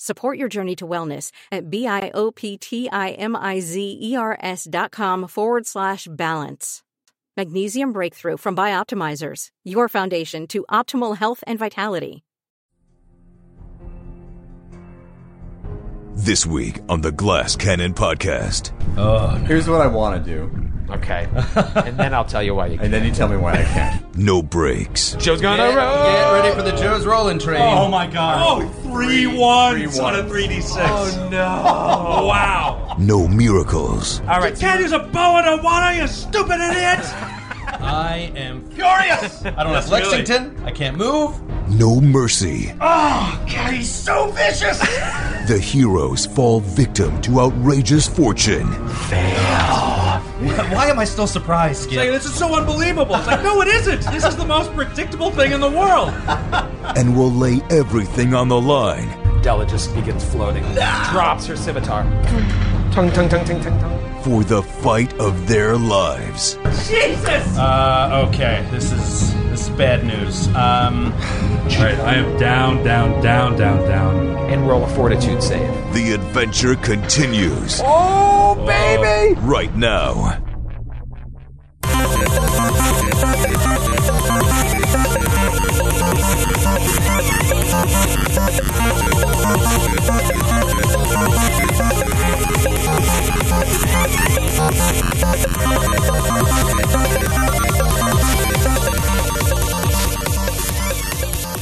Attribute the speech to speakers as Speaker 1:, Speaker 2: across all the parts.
Speaker 1: Support your journey to wellness at B I O P T I M I Z E R S dot com forward slash balance. Magnesium breakthrough from Bioptimizers, your foundation to optimal health and vitality.
Speaker 2: This week on the Glass Cannon Podcast.
Speaker 3: Here's what I want to do,
Speaker 4: Okay. and then I'll tell you why you
Speaker 3: and then you tell me why I can't.
Speaker 2: No breaks.
Speaker 4: Joe's gonna
Speaker 5: Get, get ready for the Joe's rolling train.
Speaker 6: Oh my god. Oh, three ones
Speaker 3: three
Speaker 6: on a
Speaker 3: ones.
Speaker 6: 3d6.
Speaker 4: Oh no.
Speaker 6: Wow.
Speaker 2: No miracles.
Speaker 4: All right.
Speaker 6: Can't use a bow and a water, you stupid idiot!
Speaker 5: I am furious. I don't have
Speaker 6: really-
Speaker 5: Lexington. I can't move.
Speaker 2: No mercy.
Speaker 6: Oh, God, he's so vicious!
Speaker 2: The heroes fall victim to outrageous fortune.
Speaker 5: Why am I still surprised,
Speaker 6: Like,
Speaker 5: Skip?
Speaker 6: this is so unbelievable. It's like, no, it isn't. This is the most predictable thing in the world.
Speaker 2: and will lay everything on the line
Speaker 4: Della just begins floating. Drops her scimitar. Tung, tung, tung, tung, tung, tung.
Speaker 2: for the fight of their lives.
Speaker 6: Jesus!
Speaker 5: Uh, okay. This is this is bad news. Um,
Speaker 7: All right, I am down, down, down, down, down.
Speaker 4: And roll a fortitude save.
Speaker 2: The adventure continues
Speaker 4: Oh, baby!
Speaker 2: right now.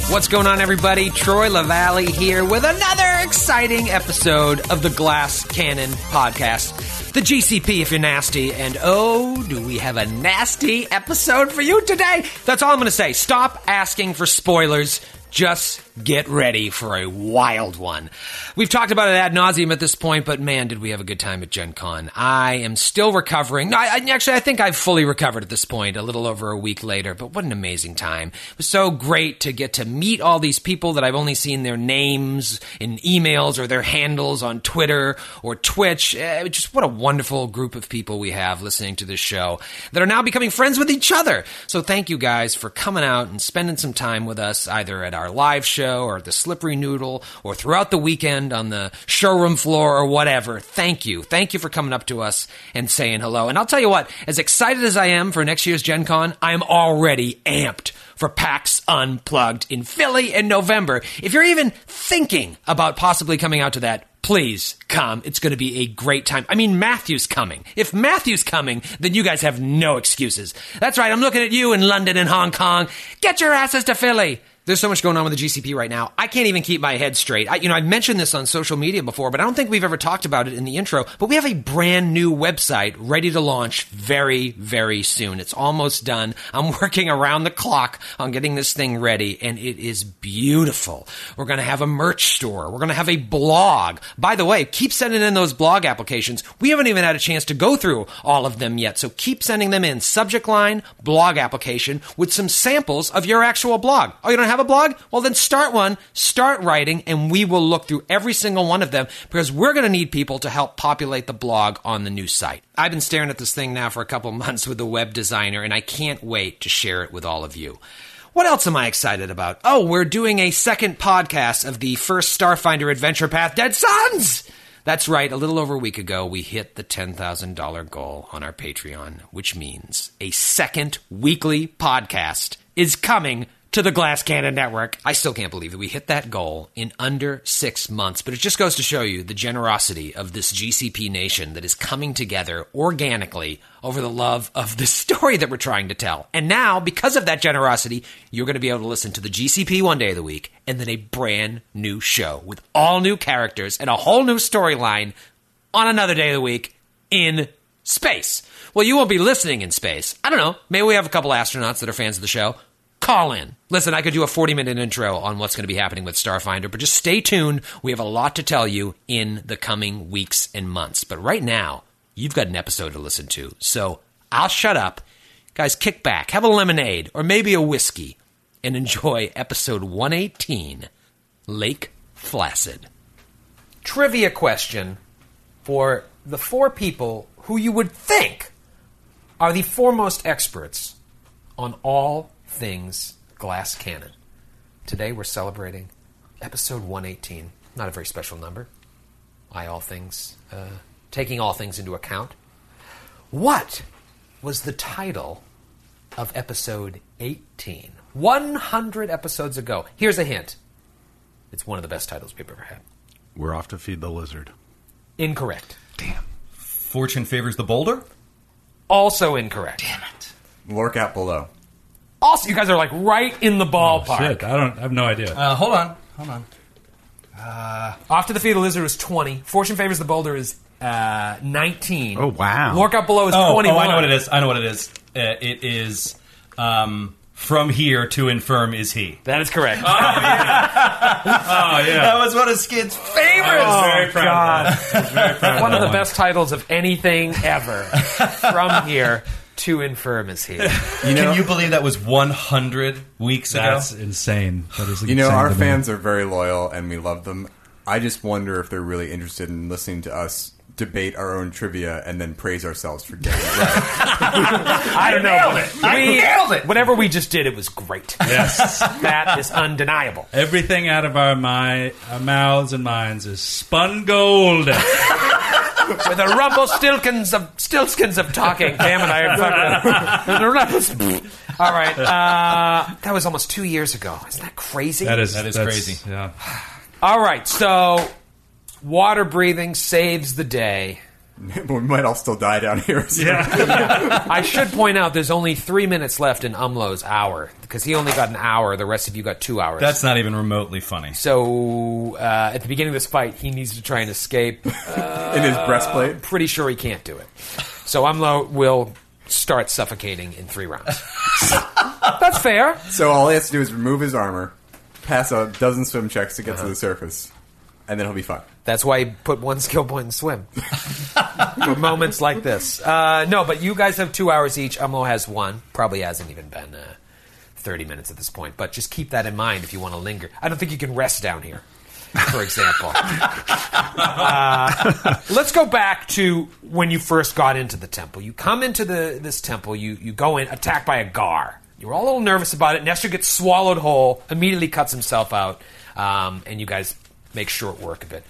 Speaker 8: What's going on, everybody? Troy LaValle here with another exciting episode of the Glass Cannon Podcast. The GCP, if you're nasty. And oh, do we have a nasty episode for you today? That's all I'm going to say. Stop asking for spoilers. Just get ready for a wild one. We've talked about it ad nauseum at this point, but man, did we have a good time at Gen Con. I am still recovering. No, I, I- actually, I think I've fully recovered at this point, a little over a week later, but what an amazing time. It was so great to get to meet all these people that I've only seen their names in emails or their handles on Twitter or Twitch. Eh, Just what a wonderful group of people we have listening to this show that are now becoming friends with each other. So thank you guys for coming out and spending some time with us either at our live show or the Slippery Noodle or throughout the weekend on the showroom floor or whatever. Thank you. Thank you for coming up to us and saying hello. And I'll tell you what, as excited as I am for next year's Gen Con, I'm already amped for PAX Unplugged in Philly in November. If you're even thinking about possibly coming out to that, please come. It's going to be a great time. I mean, Matthew's coming. If Matthew's coming, then you guys have no excuses. That's right. I'm looking at you in London and Hong Kong. Get your asses to Philly. There's so much going on with the GCP right now. I can't even keep my head straight. I, you know, I've mentioned this on social media before, but I don't think we've ever talked about it in the intro. But we have a brand new website ready to launch very, very soon. It's almost done. I'm working around the clock on getting this thing ready, and it is beautiful. We're going to have a merch store. We're going to have a blog. By the way, keep sending in those blog applications. We haven't even had a chance to go through all of them yet, so keep sending them in. Subject line, blog application with some samples of your actual blog. Oh, you don't have a blog? Well, then start one, start writing, and we will look through every single one of them because we're going to need people to help populate the blog on the new site. I've been staring at this thing now for a couple months with the web designer, and I can't wait to share it with all of you. What else am I excited about? Oh, we're doing a second podcast of the first Starfinder Adventure Path Dead Sons! That's right, a little over a week ago, we hit the $10,000 goal on our Patreon, which means a second weekly podcast is coming to the Glass Cannon Network. I still can't believe that we hit that goal in under six months, but it just goes to show you the generosity of this GCP nation that is coming together organically over the love of the story that we're trying to tell. And now, because of that generosity, you're going to be able to listen to the GCP one day of the week and then a brand new show with all new characters and a whole new storyline on another day of the week in space. Well, you won't be listening in space. I don't know. Maybe we have a couple astronauts that are fans of the show. Call in. Listen, I could do a 40 minute intro on what's going to be happening with Starfinder, but just stay tuned. We have a lot to tell you in the coming weeks and months. But right now, you've got an episode to listen to. So I'll shut up. Guys, kick back, have a lemonade, or maybe a whiskey, and enjoy episode 118 Lake Flaccid. Trivia question for the four people who you would think are the foremost experts on all things glass cannon. Today we're celebrating episode 118. Not a very special number. I all things, uh, taking all things into account. What was the title of episode 18? 100 episodes ago. Here's a hint it's one of the best titles we've ever had.
Speaker 9: We're off to feed the lizard.
Speaker 8: Incorrect.
Speaker 10: Fortune favors the boulder?
Speaker 8: Also incorrect. Damn
Speaker 3: it. Lurk out below.
Speaker 8: Also, you guys are like right in
Speaker 9: Oh,
Speaker 8: the
Speaker 6: Oh,
Speaker 8: ballpark.
Speaker 7: Shit, I don't. I have no idea.
Speaker 10: Uh, hold on, hold on. Uh,
Speaker 8: Off to the Feet of the Lizard is 20. Fortune Favors the Boulder is uh, 19.
Speaker 9: Oh, wow.
Speaker 8: Lork Out Below is
Speaker 10: oh,
Speaker 8: 21.
Speaker 10: oh, I know what it is. I know what it is. Uh, it is um, from here to infirm is he.
Speaker 8: That is correct.
Speaker 7: Oh
Speaker 10: That
Speaker 7: yeah.
Speaker 10: was one of Skid's favorites.
Speaker 8: Oh,
Speaker 7: very proud
Speaker 8: God.
Speaker 7: Of that. I was very proud
Speaker 8: One
Speaker 7: of,
Speaker 8: of
Speaker 7: that
Speaker 8: the best titles of anything ever. From here to infirm is here.
Speaker 10: Can you believe that was 100 weeks
Speaker 7: That's
Speaker 10: ago?
Speaker 7: insane. That is
Speaker 3: You know,
Speaker 7: insane
Speaker 3: our
Speaker 7: to me.
Speaker 3: fans are very loyal and we love them. I just wonder if they're really interested in listening to us debate our own trivia and then praise ourselves for getting it right.
Speaker 8: I don't know.
Speaker 10: I
Speaker 8: We-
Speaker 10: nailed it.
Speaker 8: Whatever we just did, it was great.
Speaker 7: Yes.
Speaker 8: That is undeniable.
Speaker 7: Everything out of our, my, our mouths and minds is spun gold.
Speaker 8: With the rumble stilkins of stilskins of talking. Damn it, I am fucking. the rumble- All right, uh, that was almost two years ago. Isn't that crazy?
Speaker 7: That is
Speaker 10: That is
Speaker 7: that's-
Speaker 10: crazy.
Speaker 7: Yeah.
Speaker 8: All right, so water breathing saves the day.
Speaker 3: we might all still die down here. so-
Speaker 8: I should point out there's only three minutes left in Umlo's hour because he only got an hour. The rest of you got two hours.
Speaker 10: That's not even remotely funny.
Speaker 8: so uh, at the beginning of this fight, he needs to try and escape.
Speaker 3: In his breastplate.
Speaker 8: Pretty sure he can't do it. So Umlo will start suffocating in three rounds. That's fair.
Speaker 3: So all he has to do is remove his armor, pass a dozen swim checks to get to the surface, and then he'll be fine.
Speaker 8: That's why he put one skill point in swim. For moments like this. Uh, no, but you guys have two hours each. Umlo has one. Probably hasn't even been uh, 30 minutes at this point. But just keep that in mind if you want to linger. I don't think you can rest down here, for example. uh, let's go back to when you first got into the temple. You come into the this temple, you, you go in, attacked by a gar. You're all a little nervous about it. Nestor gets swallowed whole, immediately cuts himself out, um, and you guys make short work of it.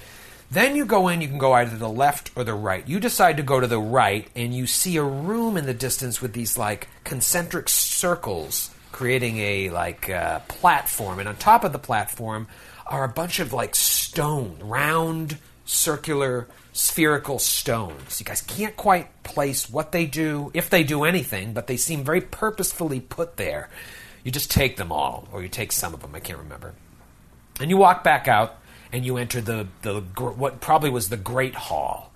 Speaker 8: Then you go in, you can go either the left or the right. You decide to go to the right, and you see a room in the distance with these like concentric circles creating a like uh, platform. And on top of the platform are a bunch of like stone, round, circular, spherical stones. You guys can't quite place what they do, if they do anything, but they seem very purposefully put there. You just take them all, or you take some of them, I can't remember. And you walk back out, and you enter the, the gr- what probably was the Great Hall.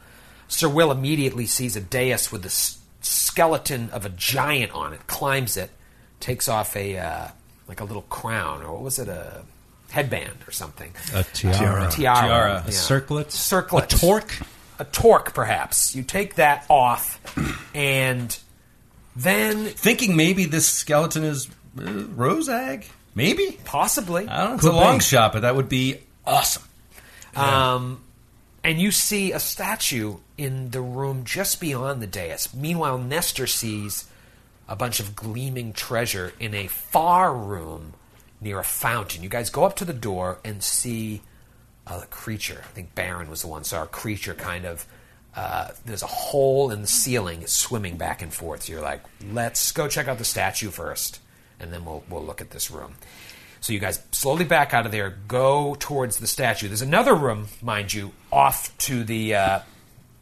Speaker 8: Sir Will immediately sees a dais with the s- skeleton of a giant on it, climbs it, takes off a uh, like a little crown, or what was it, a headband or something,
Speaker 7: A tiara.
Speaker 8: tiara,
Speaker 10: Tiara.
Speaker 8: yeah.
Speaker 7: A circlet.
Speaker 8: Circlet.
Speaker 7: A torque.
Speaker 8: a torque perhaps. You take that off, and then
Speaker 10: Thinking maybe this skeleton is uh, Rosag? Maybe?
Speaker 8: possibly
Speaker 7: Ah.
Speaker 10: I don't know. It's a long shot, but that would be awesome.
Speaker 8: Um, and you see a statue in the room just beyond the dais. Meanwhile, Nestor sees a bunch of gleaming treasure in a far room near a fountain. You guys go up to the door and see a uh, creature. I think Baron was the one. Saw a creature kind of. Uh, there's a hole in the ceiling. It's swimming back and forth. So you're like, let's go check out the statue first, and then we'll we'll look at this room. So you guys slowly back out of there, go towards the statue. There's another room, mind you, off to the uh,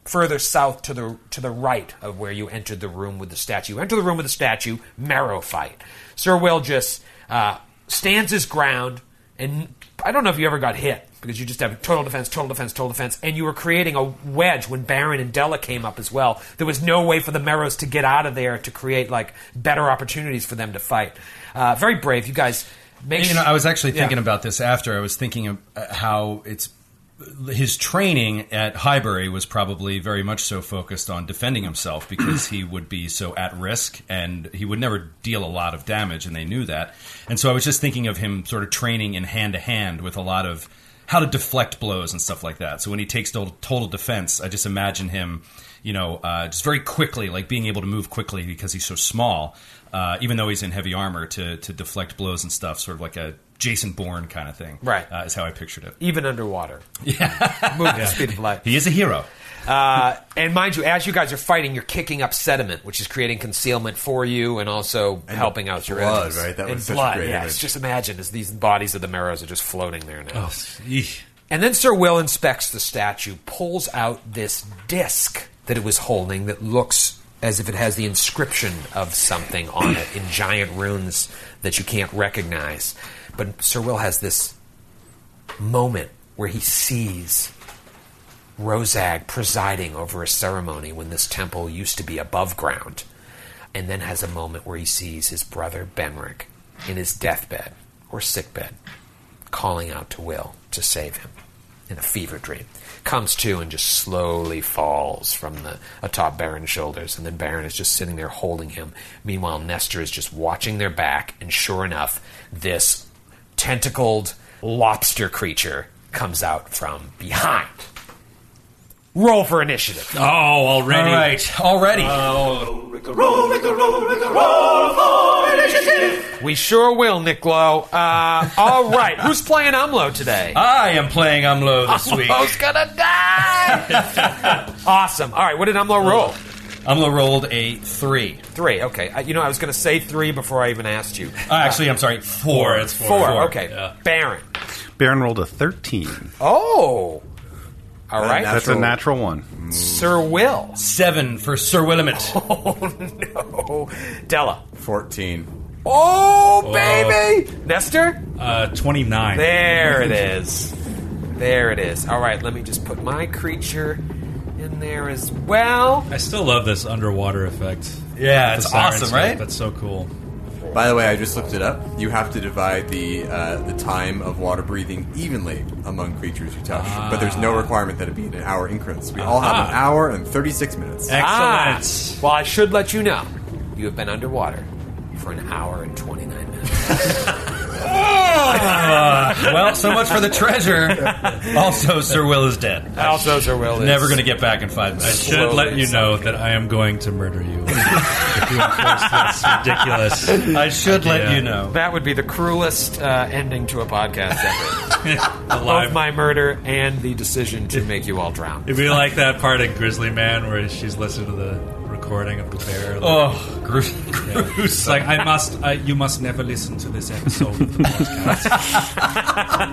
Speaker 8: further south to the to the right of where you entered the room with the statue. You enter the room with the statue, marrow fight. Sir Will just uh, stands his ground, and I don't know if you ever got hit because you just have total defense, total defense, total defense, and you were creating a wedge when Baron and Della came up as well. There was no way for the Merrows to get out of there to create like better opportunities for them to fight. Uh, very brave, you guys. Make
Speaker 10: you know, I was actually
Speaker 8: Yeah.
Speaker 10: thinking about this after. I was thinking of uh, how it's his training at Highbury was probably very much so focused on defending himself because he would be so at risk and he would never deal a lot of damage, and they knew that. And so I was just thinking of him sort of training in hand to hand with a lot of how to deflect blows and stuff like that. So when he takes total, total defense, I just imagine him, you know, uh, just very quickly, like being able to move quickly because he's so small, uh, even though he's in heavy armor, to, to deflect blows and stuff, sort of like a Jason Bourne kind of thing.
Speaker 8: Right.
Speaker 10: Uh, is how I pictured it.
Speaker 8: even underwater. Yeah, move at the speed of light.
Speaker 10: He is a hero.
Speaker 8: Uh, and mind you, as you guys are fighting, you're kicking up sediment, which is creating concealment for you and also
Speaker 3: And
Speaker 8: helping out your
Speaker 3: blood,
Speaker 8: enemies.
Speaker 3: right? That
Speaker 8: and
Speaker 3: was such a
Speaker 8: blood.
Speaker 3: great
Speaker 8: yeah,
Speaker 3: image.
Speaker 8: it's just imagine as these bodies of the marrows are just floating there now.
Speaker 7: Oh, eek.
Speaker 8: And then Sir Will inspects the statue, pulls out this disc that it was holding that looks as if it has the inscription of something on it in giant runes that you can't recognize. But Sir Will has this moment where he sees Rosag presiding over a ceremony when this temple used to be above ground, and then has a moment where he sees his brother Benric in his deathbed or sickbed, calling out to Will to save him in a fever dream. Comes to and just slowly falls from the atop Baron's shoulders, and then Baron is just sitting there holding him. Meanwhile, Nestor is just watching their back, and sure enough, this tentacled lobster creature comes out from behind. Roll for initiative. Oh, already. Oh.
Speaker 10: All right, already.
Speaker 6: Roll, Rickle, roll, Rickle, roll for initiative.
Speaker 8: We sure will, Nick Lowe. Uh, all right. Who's playing Umlo today?
Speaker 10: I am playing Umlo this week.
Speaker 8: Umlo's gonna die! awesome. All right, what did Umlo roll?
Speaker 10: Umlo rolled a three.
Speaker 8: Three. Okay. Uh, you know, I was gonna say three before I even asked you.
Speaker 10: Uh, actually, I'm sorry, four. It's
Speaker 8: Four. Okay. Baron.
Speaker 9: Baron rolled a 13.
Speaker 8: Oh. All right.
Speaker 9: That's a natural one.
Speaker 8: Sir Will.
Speaker 10: Seven for Sir Willamette.
Speaker 8: Oh, Della.
Speaker 3: Fourteen.
Speaker 8: Oh, baby! Nestor?
Speaker 7: Uh, 29.
Speaker 8: There it is. There it is. All right, let me just put my creature in there as well.
Speaker 7: I still love this underwater effect.
Speaker 10: Yeah,
Speaker 7: With
Speaker 10: it's
Speaker 7: the siren
Speaker 10: awesome,
Speaker 7: stuff.
Speaker 10: right?
Speaker 7: That's so cool.
Speaker 3: By the way, I just looked it up. You have to divide the uh, the time of water breathing evenly among creatures you touch, but there's
Speaker 11: Ah.
Speaker 3: no requirement that it be in an hour increments. We all have an hour and thirty six minutes.
Speaker 8: Ah,
Speaker 7: Excellent.
Speaker 8: well, I should let you know you have been underwater for an hour and 29 minutes.
Speaker 7: Ah.
Speaker 10: well, so much for the treasure. Also, Sir Will is dead.
Speaker 8: also, Sir Will is.
Speaker 10: Never going to get back in five minutes.
Speaker 7: Should let you know
Speaker 8: Slowly.
Speaker 7: that I am going to murder you. if you enforce this ridiculous.
Speaker 10: I should let
Speaker 7: Yeah.
Speaker 10: you know.
Speaker 8: That would be the cruelest uh, ending to a podcast ever. Both
Speaker 7: Alive.
Speaker 8: my murder and the decision to make you all drown.
Speaker 7: It'd be like that part in Grizzly Man where she's listening to the recording of the bear. Like,
Speaker 10: Oh, gru-
Speaker 7: It's
Speaker 10: gruesome.
Speaker 7: like I must, I, you must never listen to this episode of the podcast.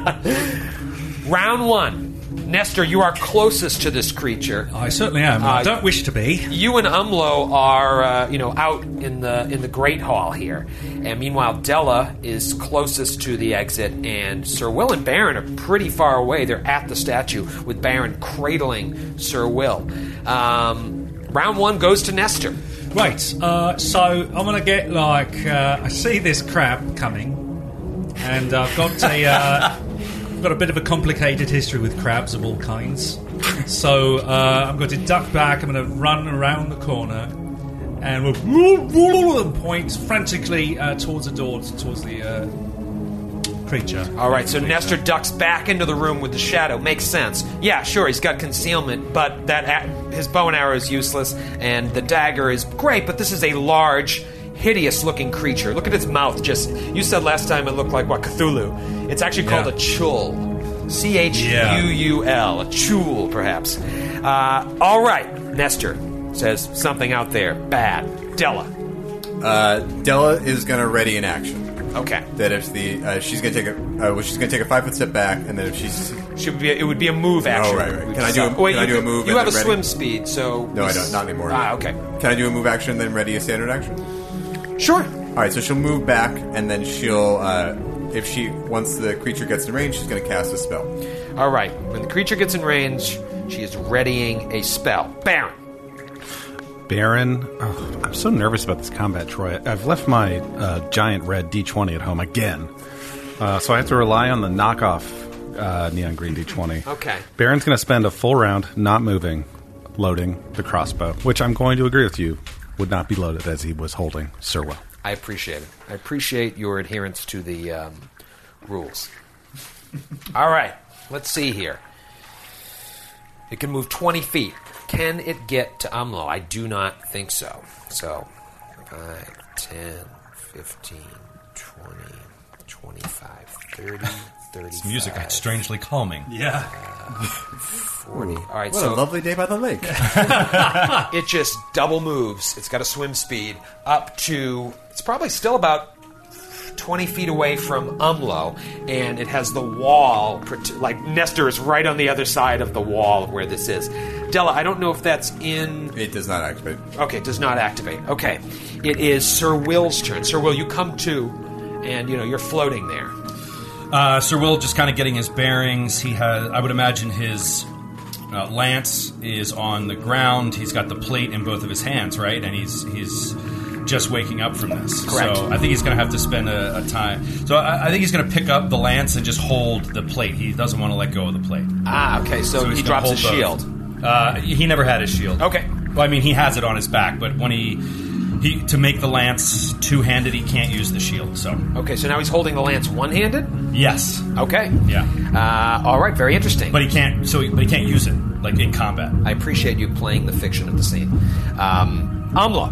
Speaker 8: Round one. Nestor, you are closest to this creature.
Speaker 7: I certainly am. I don't wish to be.
Speaker 8: you and Umlo are, uh, you know, out in the in the great hall here, and meanwhile Della is closest to the exit, and Sir Will and Baron are pretty far away. They're at the statue with Baron cradling Sir Will. Um, round one goes to Nestor.
Speaker 7: Right. Uh, so I'm gonna get like uh, I see this crab coming, and I've got a uh, I've got a bit of a complicated history with crabs of all kinds. So uh, I'm going to duck back. I'm going to run around the corner, and we'll and point frantically uh, towards the door, towards the uh, creature.
Speaker 8: All right, so Nestor ducks back into the room with the shadow. Makes sense. Yeah, sure, he's got concealment, but that a- his bow and arrow is useless, and the dagger is great. But this is a large
Speaker 11: hideous looking creature. Look at its
Speaker 8: Oh,
Speaker 11: mouth. Just you said last time it looked like what Cthulhu. It's actually called a chul. C H U U L. A chul, perhaps. Uh, all right, Nestor says something out there bad. Della.
Speaker 3: Uh, Della is going to ready in action.
Speaker 11: Okay.
Speaker 3: That if the uh, she's going to take a uh, well, she's going to take a five foot step back, and then if she's
Speaker 11: she would be it would be a move action.
Speaker 3: Oh right, right. Can I do a,
Speaker 11: Wait,
Speaker 3: can I do
Speaker 11: you
Speaker 3: a
Speaker 11: can-
Speaker 3: move?
Speaker 11: you
Speaker 3: and
Speaker 11: have
Speaker 3: then
Speaker 11: a
Speaker 3: ready?
Speaker 11: swim speed, so-
Speaker 3: no, I don't. Not anymore.
Speaker 11: Ah, okay.
Speaker 3: Can I do a move action then ready a standard action?
Speaker 11: Sure.
Speaker 3: All right, so she'll move back, and then she'll uh, if she once the creature gets in range, she's going to cast a spell.
Speaker 11: All right. When the creature gets in range, she is readying a spell. Baron.
Speaker 9: Baron, oh, I'm so nervous about this combat, Troy. I've left my uh, giant red D20 at home again, uh, so I have to rely on the knockoff uh, neon green D20.
Speaker 11: Okay.
Speaker 9: Baron's going to spend a full round not moving, loading the crossbow, which I'm going to agree with you would not be loaded as he was holding Sirwell.
Speaker 11: I appreciate it. I appreciate your adherence to the um, rules. All right, let's see here. It can move 20 feet. Can it get to Umlo? I do not think so. So, 5, 10, 15, 20, 25, 30, 30.
Speaker 10: It's music strangely calming.
Speaker 11: All right,
Speaker 3: What a
Speaker 11: so
Speaker 3: lovely day by the lake.
Speaker 11: it just double moves. It's got a swim speed up to. It's probably still about. 20 feet away from Umlo, and it has the wall. prot- Like, Nestor is right on the other side of the wall where this is. Della, I don't know if that's in.
Speaker 3: It does not activate.
Speaker 11: Okay, does not activate. Okay. It is Sir Will's turn. Sir Will, you come to, and, you know, you're floating there.
Speaker 10: Uh, Sir Will just kind of getting his bearings. He has, I would imagine, his uh, lance is on the ground. He's got the plate in both of his hands, right? And he's he's just waking up from this.
Speaker 11: Correct.
Speaker 10: So I think he's going to have to spend a, a time. So I, I think he's going to pick up the lance and just hold the plate. He doesn't want to let go of the plate.
Speaker 11: Ah, okay, so he
Speaker 10: he's gonna
Speaker 11: drops
Speaker 10: hold
Speaker 11: his
Speaker 10: both.
Speaker 11: shield.
Speaker 10: Uh, he never had his shield.
Speaker 11: Okay.
Speaker 10: Well, I mean, he has it on his back, but when he he to make the lance two handed, he can't use the shield. So
Speaker 11: Okay, so now he's holding the lance one handed?
Speaker 10: yes.
Speaker 11: Okay.
Speaker 10: Yeah.
Speaker 11: Uh, all right. Very interesting.
Speaker 10: But he can't. So, he, but he can't use it like in combat.
Speaker 11: I appreciate you playing the fiction of the scene. Um, Umlo.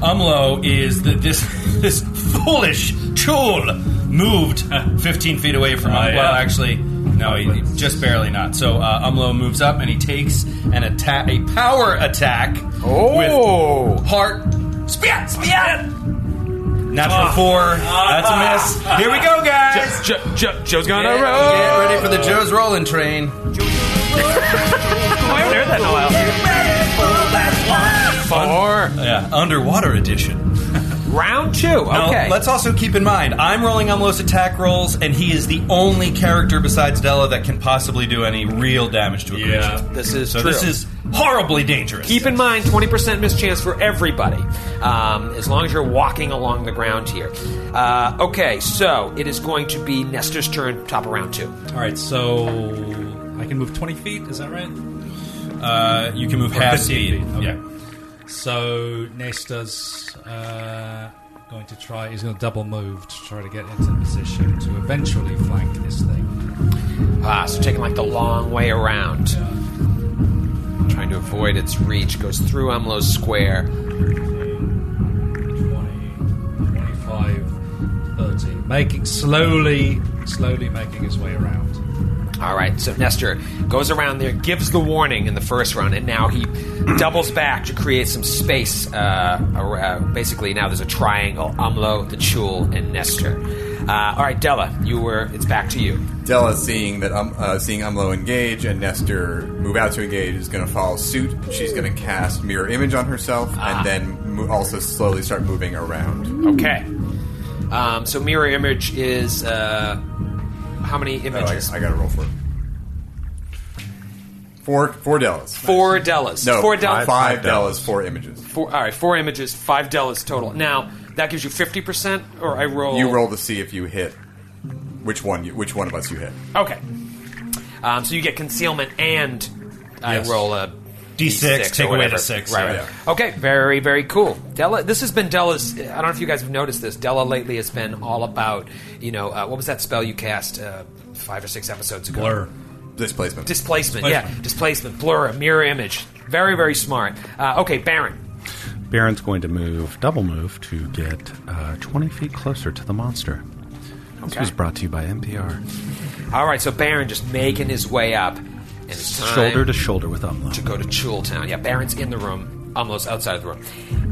Speaker 10: Umlo is the, this this foolish tool moved 15 feet away from.
Speaker 11: Oh,
Speaker 10: Umlo.
Speaker 11: yeah.
Speaker 10: Well, actually, no, he, he- just barely not. So uh, Umlo moves up and he takes an attack, a power attack.
Speaker 11: Oh,
Speaker 10: with heart. Spear! Spear! Natural
Speaker 11: Ah.
Speaker 10: four. That's a miss. Here we go, guys.
Speaker 11: Jo- Jo- Jo- Joe's gonna
Speaker 12: Get-
Speaker 10: roll.
Speaker 12: Get ready for the Joe's rolling train.
Speaker 10: I haven't heard that in a while. Four. Yeah, underwater edition.
Speaker 11: Round two.
Speaker 12: okay.
Speaker 10: let's also keep in mind I'm rolling Umlo's attack rolls, and he is the only character besides Della that can possibly do any real damage to a
Speaker 11: Yeah,
Speaker 10: creature.
Speaker 11: this is
Speaker 10: so. This
Speaker 11: true.
Speaker 10: is horribly dangerous.
Speaker 11: Keep in mind, twenty percent mischance for everybody, um, as long as you're walking along the ground here. Uh, okay, so it is going to be Nestor's turn, top of round two.
Speaker 7: All right, so I can move 20 feet, is that right?
Speaker 10: Uh, you can move half speed, yeah.
Speaker 7: So Nestor's uh, going to try, he's going to double move to try to get into position to eventually flank this thing.
Speaker 11: Ah, so taking like the long way around. Trying to avoid its reach. Goes through Umlo's square.
Speaker 7: 25, 30. Making, slowly, slowly making his way around.
Speaker 11: All right, so Nestor goes around there, gives the warning in the first round, and now he doubles back to create some space. Uh, ar- uh, basically, now there's a triangle: Umlo, the Chul, and Nestor. Uh, all right, Della, you were. It's back to you.
Speaker 3: Della, seeing that um, uh, seeing Umlo engage and Nestor move out to engage, is going to follow suit. She's going to cast mirror image on herself
Speaker 11: Ah.
Speaker 3: and then mo- also slowly start moving around.
Speaker 11: Okay. Um, so mirror image is uh, how many images?
Speaker 3: Oh, I, got to roll for it. Four, four Dellas.
Speaker 11: Four Dellas.
Speaker 3: No,
Speaker 11: four Dellas.
Speaker 3: Five, five Dellas, four images.
Speaker 11: Four, all right, four images, five Dellas total. Now that gives you fifty percent, or I roll.
Speaker 3: You roll to see if you hit which one. You, which one of us you hit?
Speaker 11: Okay. Um, so you get concealment and I
Speaker 3: Yes.
Speaker 11: roll a
Speaker 10: D6,
Speaker 11: or
Speaker 10: take away
Speaker 11: whatever.
Speaker 10: the six,
Speaker 11: Right,
Speaker 10: yeah.
Speaker 11: right. Okay, very, very cool. Della, this has been Della's. I don't know if you guys have noticed this. Della lately has been all about, you know, uh, what was that spell you cast uh, five or six episodes ago?
Speaker 3: Blur. Displacement.
Speaker 11: Displacement,
Speaker 3: Displacement.
Speaker 11: yeah. Displacement, blur, a mirror image. Very, very smart. Uh, okay, Baron.
Speaker 13: Baron's going to move, double move, to get uh, 20 feet closer to the monster. This
Speaker 8: Okay.
Speaker 13: was brought to you by NPR.
Speaker 8: All right, so Baron just making his way up, and it's time
Speaker 13: Shoulder to shoulder with Umlo.
Speaker 8: to go to Chul Town. Yeah, Baron's in the room. Umlo's outside of the room.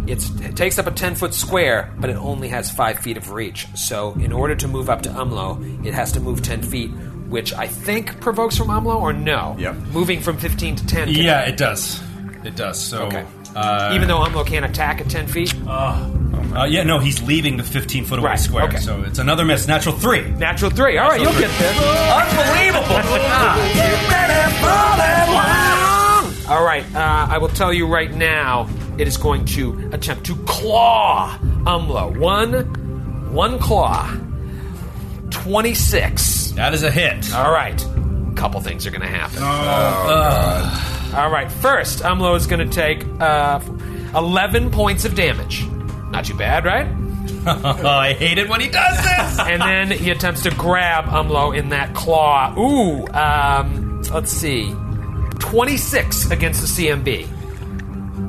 Speaker 8: It's, it takes up a 10 foot square, but it only has 5 feet of reach. So, in order to move up to Umlo, it has to move 10 feet, which I think provokes from Umlo, or no? Yep. Moving from 15 to 10. can-
Speaker 11: Yeah, it does. It does. So,
Speaker 8: Okay.
Speaker 11: uh,
Speaker 8: Even though Umlo can't attack at 10 feet?
Speaker 11: Uh, yeah, no, he's leaving the 15 foot away
Speaker 8: Right,
Speaker 11: square.
Speaker 8: okay.
Speaker 11: So it's another miss. Natural three.
Speaker 8: Natural three. All right, you'll get there. Unbelievable. All right, uh, I will tell you right now. It is going to attempt to claw Umlo. One, one claw. Twenty-six.
Speaker 11: That is a hit.
Speaker 8: All right. Couple things are going to happen.
Speaker 11: God.
Speaker 8: Uh, All right. First, Umlo is going to take uh, eleven points of damage. Not too bad, right?
Speaker 11: I hate it when he does this.
Speaker 8: and then he attempts to grab Umlo in that claw. Ooh, um, let's see, twenty-six against the CMB.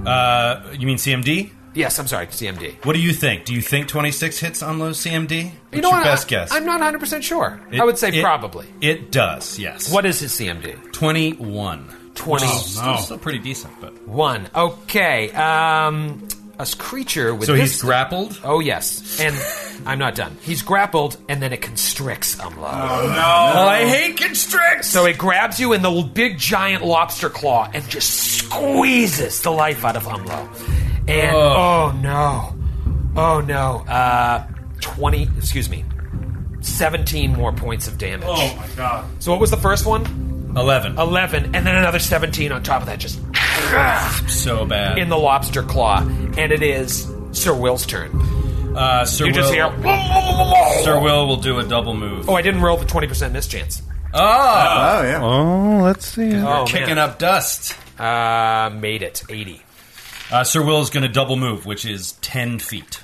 Speaker 11: Uh, you mean CMD?
Speaker 8: Yes, I'm sorry, CMD.
Speaker 11: What do you think? Do you think 26 hits on low CMD? What's
Speaker 8: you know
Speaker 11: your
Speaker 8: what?
Speaker 11: best
Speaker 8: I,
Speaker 11: guess?
Speaker 8: I'm not 100 percent sure.
Speaker 11: It-
Speaker 8: I would say
Speaker 11: it-
Speaker 8: probably.
Speaker 11: It does, yes.
Speaker 8: What is his CMD?
Speaker 11: 21.
Speaker 8: 20.
Speaker 11: Which is Oh, Still, still pretty decent, but.
Speaker 8: One. Okay. Um, a s- creature with
Speaker 11: So
Speaker 8: this-
Speaker 11: he's grappled?
Speaker 8: Oh yes, and I'm not done. He's grappled, and then it constricts Umlo. Oh
Speaker 11: Oh, I hate constricts.
Speaker 8: So it grabs you in the big giant lobster claw and just squeezes the life out of Umlo. And oh,
Speaker 11: Ugh.
Speaker 8: no, oh no, uh, twenty. Excuse me, seventeen more points of damage.
Speaker 14: Oh my god.
Speaker 8: So what was the first one?
Speaker 11: 11.
Speaker 8: 11, and then another 17 on top of that, just
Speaker 11: so bad.
Speaker 8: in the lobster claw. And it is Sir Will's turn.
Speaker 11: Uh, Sir
Speaker 8: you
Speaker 11: Will.
Speaker 8: just hear.
Speaker 11: Sir Will will do a double move.
Speaker 8: Oh, I didn't roll the 20% mischance.
Speaker 11: Oh!
Speaker 8: yeah.
Speaker 13: Oh, let's see.
Speaker 11: kicking up dust.
Speaker 8: Uh, made it. 80.
Speaker 11: Uh, Sir Will is going to double move, which is 10 feet.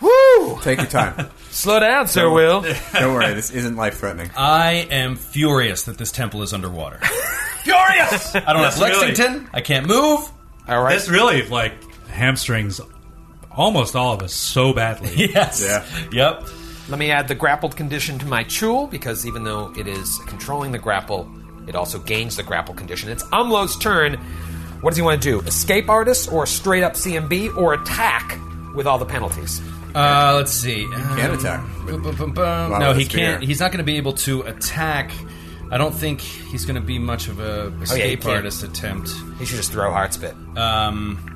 Speaker 8: Woo!
Speaker 3: Take your time.
Speaker 8: Slow down,
Speaker 11: Sir Will.
Speaker 3: Oh. Don't worry, this isn't life threatening.
Speaker 11: I am furious that this temple is underwater.
Speaker 8: Furious!
Speaker 11: I don't have
Speaker 10: That's really-
Speaker 11: Lexington. I can't move.
Speaker 8: All
Speaker 10: right. This really like hamstrings almost all of us so badly.
Speaker 11: Yes. Yep.
Speaker 8: Let me add the grappled condition to my Chul, because even though it is controlling the grapple, it also gains the grapple condition. It's Umlo's turn. What does he want to do? Escape artist, or straight up CMB, or attack with all the penalties?
Speaker 11: Uh, let's see. You
Speaker 8: can't attack
Speaker 11: Bum, bum, bum, bum.
Speaker 8: Wow,
Speaker 11: No, he
Speaker 8: that's fair.
Speaker 11: can't. He's not going to be able to attack. I don't think he's going to be much of a escape
Speaker 8: Oh, can't.
Speaker 11: artist attempt.
Speaker 8: He should just throw heart spit.
Speaker 11: Um,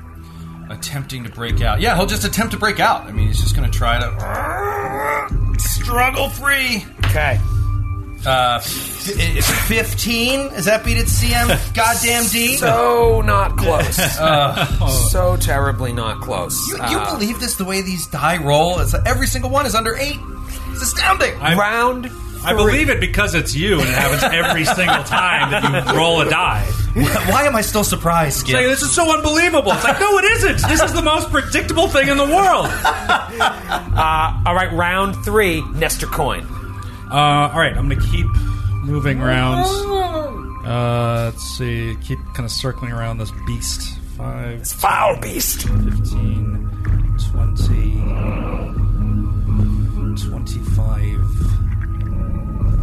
Speaker 11: attempting to break out. Yeah, he'll just attempt to break out. I mean, he's just going to try to struggle free.
Speaker 8: Okay.
Speaker 11: Uh, fifteen. Is that beat at CM? Goddamn D.
Speaker 8: So not close.
Speaker 11: Uh,
Speaker 10: Oh.
Speaker 8: so terribly not close.
Speaker 11: you you believe this? The way these die roll, it's like every single one is under eight. It's astounding.
Speaker 8: Round.
Speaker 10: I believe it because it's you, and it happens every single time that you roll a die.
Speaker 11: Why am I still surprised,
Speaker 10: Skip?
Speaker 15: Like, this is so unbelievable. It's like, no, it isn't. This is the most predictable thing in the world.
Speaker 8: Uh, all right, round three, Nestor Coin.
Speaker 10: Uh, all right, I'm going to keep moving rounds. Uh, let's see. Keep kind of circling around this beast. Five. This
Speaker 8: foul beast.
Speaker 10: 15, 20, 25,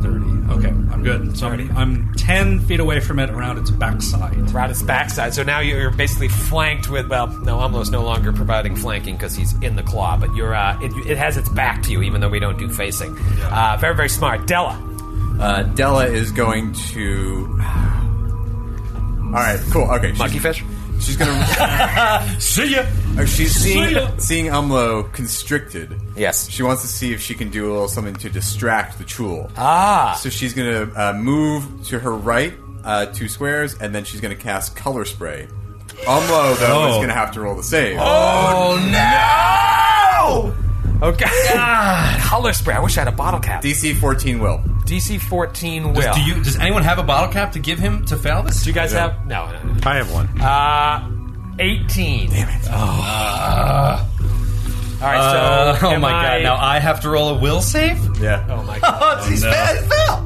Speaker 10: 30. Okay, I'm good. So I'm, I'm 10 feet away from it around its backside.
Speaker 8: Around its backside. So now you're basically flanked with. Well, no, Umlo's no longer providing flanking because he's in the claw, but you're. Uh, it, it has its back to you, even though we don't do facing. Uh, very, very smart, Della.
Speaker 3: Uh, Della is going to. All right, cool. Okay, monkey
Speaker 8: fish.
Speaker 3: She's gonna uh,
Speaker 11: see ya.
Speaker 3: she's
Speaker 11: See
Speaker 3: seeing
Speaker 11: ya.
Speaker 3: seeing Umlo constricted.
Speaker 8: Yes,
Speaker 3: she wants to see if she can do a little something to distract the Chul.
Speaker 8: Ah,
Speaker 3: so she's gonna uh, move to her right uh, two squares, and then she's gonna cast color spray. Umlo though is
Speaker 11: Oh.
Speaker 3: gonna have to roll the save.
Speaker 8: Oh no! Okay. Color spray. I wish I had a bottle cap.
Speaker 3: DC 14 will.
Speaker 8: DC 14 will.
Speaker 11: Does, do you, does anyone have a bottle cap to give him to fail this? Do
Speaker 8: you guys have? No, no,
Speaker 13: I have one.
Speaker 8: Uh, 18. Damn it. All
Speaker 13: Uh,
Speaker 10: Uh,
Speaker 8: right, so.
Speaker 11: oh
Speaker 8: am
Speaker 11: my
Speaker 8: I-
Speaker 11: god! Now I have to roll a will save.
Speaker 3: Yeah.
Speaker 8: Oh my god.
Speaker 11: Oh, he's bad.
Speaker 8: Oh,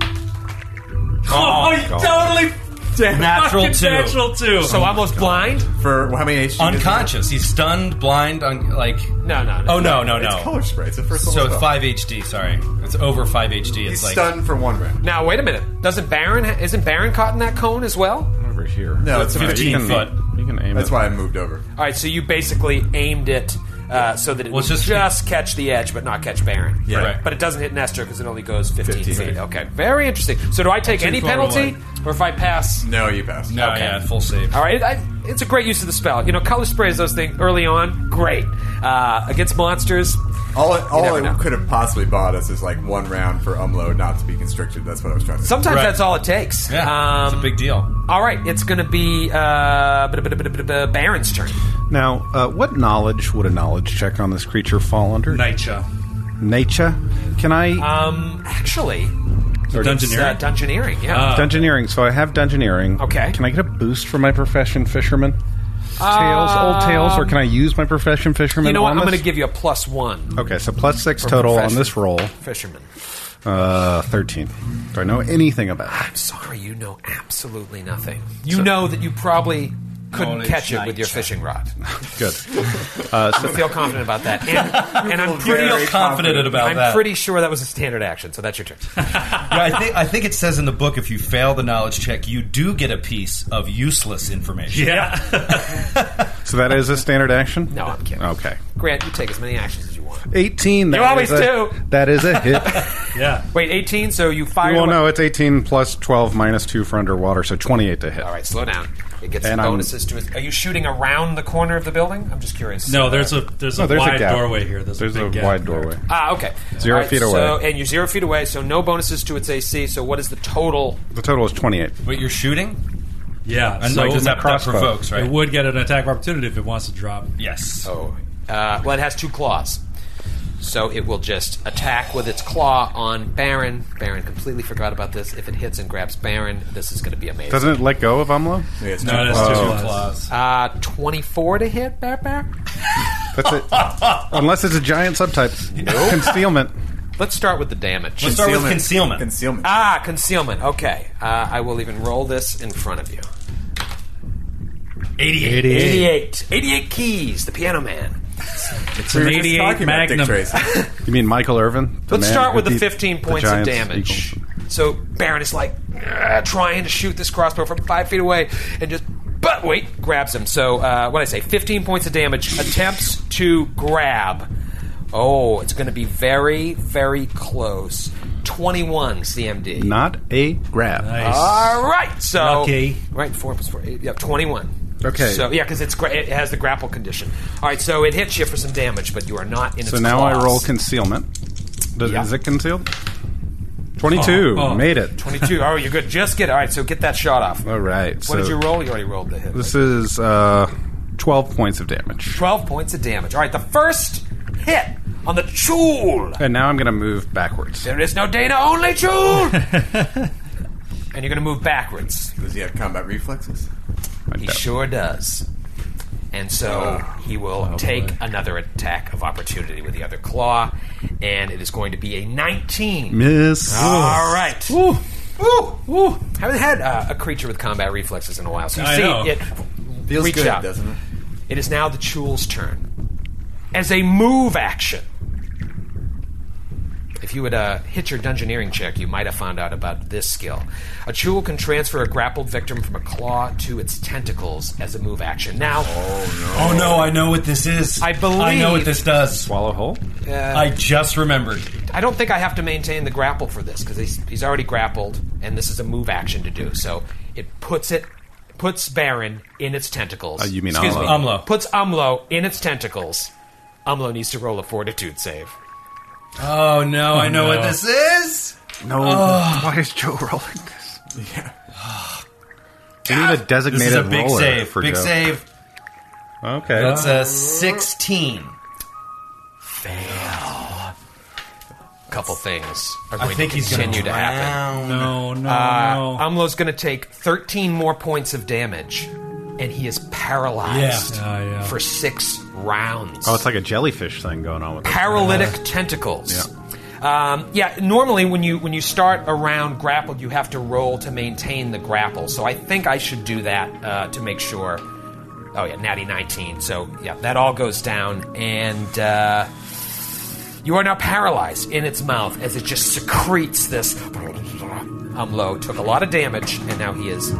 Speaker 11: Oh,
Speaker 8: he
Speaker 11: God.
Speaker 8: totally
Speaker 3: Damn,
Speaker 10: natural
Speaker 3: fucking
Speaker 10: two.
Speaker 3: natural two.
Speaker 10: So
Speaker 3: Oh
Speaker 10: almost blind
Speaker 3: for how many? HP
Speaker 10: Unconscious. He's stunned, blind, un- like
Speaker 8: no, no,
Speaker 10: Oh no, no, no.
Speaker 3: It's color spray. It's the first level
Speaker 10: so
Speaker 3: spell.
Speaker 10: five HD. Sorry, it's over five HD. It's
Speaker 8: He's
Speaker 10: like
Speaker 8: stunned
Speaker 3: for one round.
Speaker 8: Now wait a minute. Doesn't Baron isn't Baron caught in that cone as well?
Speaker 13: Over here.
Speaker 3: No, it's about
Speaker 10: 15
Speaker 3: you can-
Speaker 10: foot.
Speaker 13: You can aim.
Speaker 3: That's
Speaker 13: it.
Speaker 3: why I moved over.
Speaker 8: All right, so you basically aimed it uh, so that it would just, catch the edge, but not catch Baron.
Speaker 3: Yeah.
Speaker 8: Right. but it doesn't hit Nestor because it only goes 15,
Speaker 3: 15,
Speaker 8: feet.
Speaker 3: right.
Speaker 8: Okay, very interesting. So do I take
Speaker 3: Two
Speaker 8: any
Speaker 3: for
Speaker 8: penalty,
Speaker 3: one.
Speaker 8: or if I pass?
Speaker 3: No, you pass.
Speaker 10: No, yeah, full save.
Speaker 8: All right, I, it's a great use of the spell. You know, color sprays those things early on. Great uh, against monsters.
Speaker 3: All, all
Speaker 8: never
Speaker 3: it
Speaker 8: know.
Speaker 3: could have possibly bought us is like one round for Umlo not to be constricted. That's what I was trying to.
Speaker 8: Sometimes that's all it takes. Yeah, um, it's a
Speaker 10: big deal.
Speaker 8: All right, it's going to be uh, b- b- b- b- b- b- Baron's turn.
Speaker 13: Now, uh, what knowledge would a knowledge check on this creature fall under?
Speaker 10: Nature.
Speaker 13: Nature. Can I?
Speaker 11: Uh,
Speaker 8: Um, actually,
Speaker 13: Or
Speaker 8: it's, uh, dungeoneering. Yeah.
Speaker 13: dungeoneering. So I have dungeoneering. Okay. Can I get a boost for my profession, fisherman? Tails, old tails, or can I use my profession, fisherman?
Speaker 8: You know what?
Speaker 13: on
Speaker 8: I'm going to
Speaker 13: this?
Speaker 8: give you a plus one.
Speaker 13: Okay, so plus six
Speaker 8: For
Speaker 13: total on
Speaker 8: profession.
Speaker 13: this roll.
Speaker 8: Fisherman.
Speaker 13: Uh, thirteen. Do I know anything about it?
Speaker 8: I'm sorry, you know absolutely nothing. You know that you probably couldn't
Speaker 13: Knowledge
Speaker 8: catch it with your
Speaker 13: nature.
Speaker 8: fishing rod.
Speaker 13: Good. Uh,
Speaker 8: I feel confident about that, and, and I'm
Speaker 10: Feel very
Speaker 8: pretty
Speaker 10: confident confident. about
Speaker 8: I'm
Speaker 10: that.
Speaker 8: pretty sure that was a standard action, so that's your turn.
Speaker 10: yeah, I think I think it says in the book if you fail the knowledge check, you do get a piece of useless information.
Speaker 11: Yeah.
Speaker 13: so that is a standard action.
Speaker 8: No, I'm kidding.
Speaker 13: Okay.
Speaker 8: Grant, you take as many actions as you want.
Speaker 13: Eighteen. that
Speaker 8: You
Speaker 13: is
Speaker 8: always
Speaker 13: a-
Speaker 8: do.
Speaker 13: That is a hit.
Speaker 11: Yeah.
Speaker 8: Wait, 18, so you fire.
Speaker 13: well, no, it's eighteen plus twelve minus two for underwater, so twenty-eight to hit.
Speaker 8: All right, slow down. It gets
Speaker 13: And I'm-
Speaker 8: bonuses to it. Are you shooting around the corner of the building? I'm just curious.
Speaker 11: No, there's a there's
Speaker 13: No,
Speaker 11: a
Speaker 13: there's a
Speaker 11: wide
Speaker 13: gap.
Speaker 11: doorway here. There's,
Speaker 13: There's
Speaker 11: a,
Speaker 13: a
Speaker 11: big gap.
Speaker 13: wide doorway.
Speaker 8: Ah, okay.
Speaker 13: Zero
Speaker 8: All right,
Speaker 13: feet
Speaker 8: So,
Speaker 13: away.
Speaker 8: and you're zero feet away, so no bonuses to its AC. So what is the total?
Speaker 13: The total is twenty-eight.
Speaker 10: But you're shooting.
Speaker 11: Yeah,
Speaker 10: And like, does that- that Crossbow. provokes, right?
Speaker 11: It would get an attack of opportunity if it wants to drop.
Speaker 10: Yes.
Speaker 8: Oh, uh, well, it has two claws, so it will just attack with its claw on Baron. Baron completely forgot about this. If it hits and grabs Baron, this is going to be amazing.
Speaker 13: Doesn't it let go of Umlo?
Speaker 3: Yeah, it's
Speaker 10: No, that's two
Speaker 13: Oh.
Speaker 10: claws.
Speaker 8: Uh, twenty-four to hit, Bear Bear.
Speaker 13: That's it. Unless it's a giant subtype. Concealment.
Speaker 8: Let's start with the damage.
Speaker 10: Let's start with concealment.
Speaker 3: Concealment.
Speaker 8: Ah, concealment. Okay, uh, I will even roll this in front of you.
Speaker 11: 88.
Speaker 8: 88. 88 keys. The Piano Man.
Speaker 11: It's
Speaker 13: We
Speaker 11: an
Speaker 13: were just
Speaker 11: 88
Speaker 13: talking about Dick
Speaker 11: Magnum.
Speaker 13: Tracy. You mean Michael Irvin? The
Speaker 8: Let's
Speaker 13: man
Speaker 8: start
Speaker 13: who
Speaker 8: with the
Speaker 13: beat
Speaker 8: 15
Speaker 13: the
Speaker 8: points of
Speaker 13: Giants'
Speaker 8: damage.
Speaker 13: Eagles?
Speaker 8: So Baron is like "Ugh," trying to shoot this crossbow from five feet away, and just but wait grabs him. So uh, what I say, 15 points of damage. Attempts to grab. Oh, it's going to be very very close. 21 CMD.
Speaker 13: Not a grab.
Speaker 8: All right, so
Speaker 13: Lucky.
Speaker 8: right four plus four, eight, yeah, twenty-one.
Speaker 13: Okay.
Speaker 8: so yeah, because it's gra- it has the grapple condition. All right, so it hits you for some damage, but you are not in.
Speaker 13: So
Speaker 8: its
Speaker 13: now
Speaker 8: claws.
Speaker 13: I roll concealment. Does,
Speaker 8: Yeah.
Speaker 13: Is it concealed? 22.
Speaker 8: Oh, oh.
Speaker 13: Made it.
Speaker 8: Twenty-two. oh, you're good. Just get. All right, so get that shot off.
Speaker 13: All right.
Speaker 8: What
Speaker 13: so
Speaker 8: did you roll? You already rolled the hit.
Speaker 13: Uh, This is uh, 12 points of damage.
Speaker 8: 12 points of damage. All right, the first hit on the Chul.
Speaker 13: And now I'm going to move backwards.
Speaker 8: There is no Dana, only Chul. and you're going to move backwards.
Speaker 3: Does he have combat reflexes?
Speaker 8: He sure does. And so
Speaker 13: Oh,
Speaker 8: he will take another attack of opportunity with the other claw, and it is going to be a 19.
Speaker 13: Miss.
Speaker 9: Ah,
Speaker 8: All right. Woo. Woo. Woo. Haven't had uh, a creature with combat reflexes in a while, so you
Speaker 3: I
Speaker 8: see
Speaker 3: know.
Speaker 8: it
Speaker 3: Feels
Speaker 8: reach
Speaker 3: good,
Speaker 8: out.
Speaker 3: doesn't it?
Speaker 8: It is now the Chul's turn. As a move action, if you had uh, hit your dungeoneering check, you might have found out about this skill. A Chul can transfer a grappled victim from a claw to its tentacles as a move action. Now,
Speaker 10: Oh no, I know what this is. I
Speaker 8: believe-
Speaker 10: I know what this does. Swallow
Speaker 13: hole.
Speaker 8: Yeah.
Speaker 10: I just remembered.
Speaker 8: I don't think I have to maintain the grapple for this because he's, he's already grappled, and this is a move action to do. So it puts it puts Baron in its tentacles.
Speaker 13: Uh, you mean
Speaker 8: Excuse
Speaker 13: Umlo.
Speaker 8: me,
Speaker 10: Um,
Speaker 13: Umlo.
Speaker 8: puts Umlo in its tentacles. Umlo needs to roll a Fortitude save.
Speaker 10: Oh no, I know
Speaker 8: no.
Speaker 10: what this is.
Speaker 13: No.
Speaker 10: Oh.
Speaker 13: Why is Joe rolling this? Yeah. we need a designated
Speaker 10: this is a big
Speaker 13: roller
Speaker 10: save.
Speaker 13: for
Speaker 10: big
Speaker 13: Joe.
Speaker 10: save.
Speaker 13: Okay.
Speaker 10: That's a sixteen.
Speaker 8: couple things are
Speaker 10: I
Speaker 8: going
Speaker 10: think
Speaker 8: to
Speaker 10: he's gonna
Speaker 8: continue to happen.
Speaker 10: drown. No, no,
Speaker 8: Oh, uh,
Speaker 10: no.
Speaker 8: Umlo's going to take 13 more points of damage, and he is paralyzed
Speaker 13: Yeah. Yeah, yeah.
Speaker 8: for six rounds.
Speaker 13: Oh, it's like a jellyfish thing going on with this.
Speaker 8: Paralytic tentacles. Um, yeah, normally when you when you start a round grappled, you have to roll to maintain the grapple. So I think I should do that uh, to make sure. Oh yeah, natty nineteen. So yeah, that all goes down, and uh, you are now paralyzed in its mouth as it just secretes this. Umlo took a lot of damage, and now he is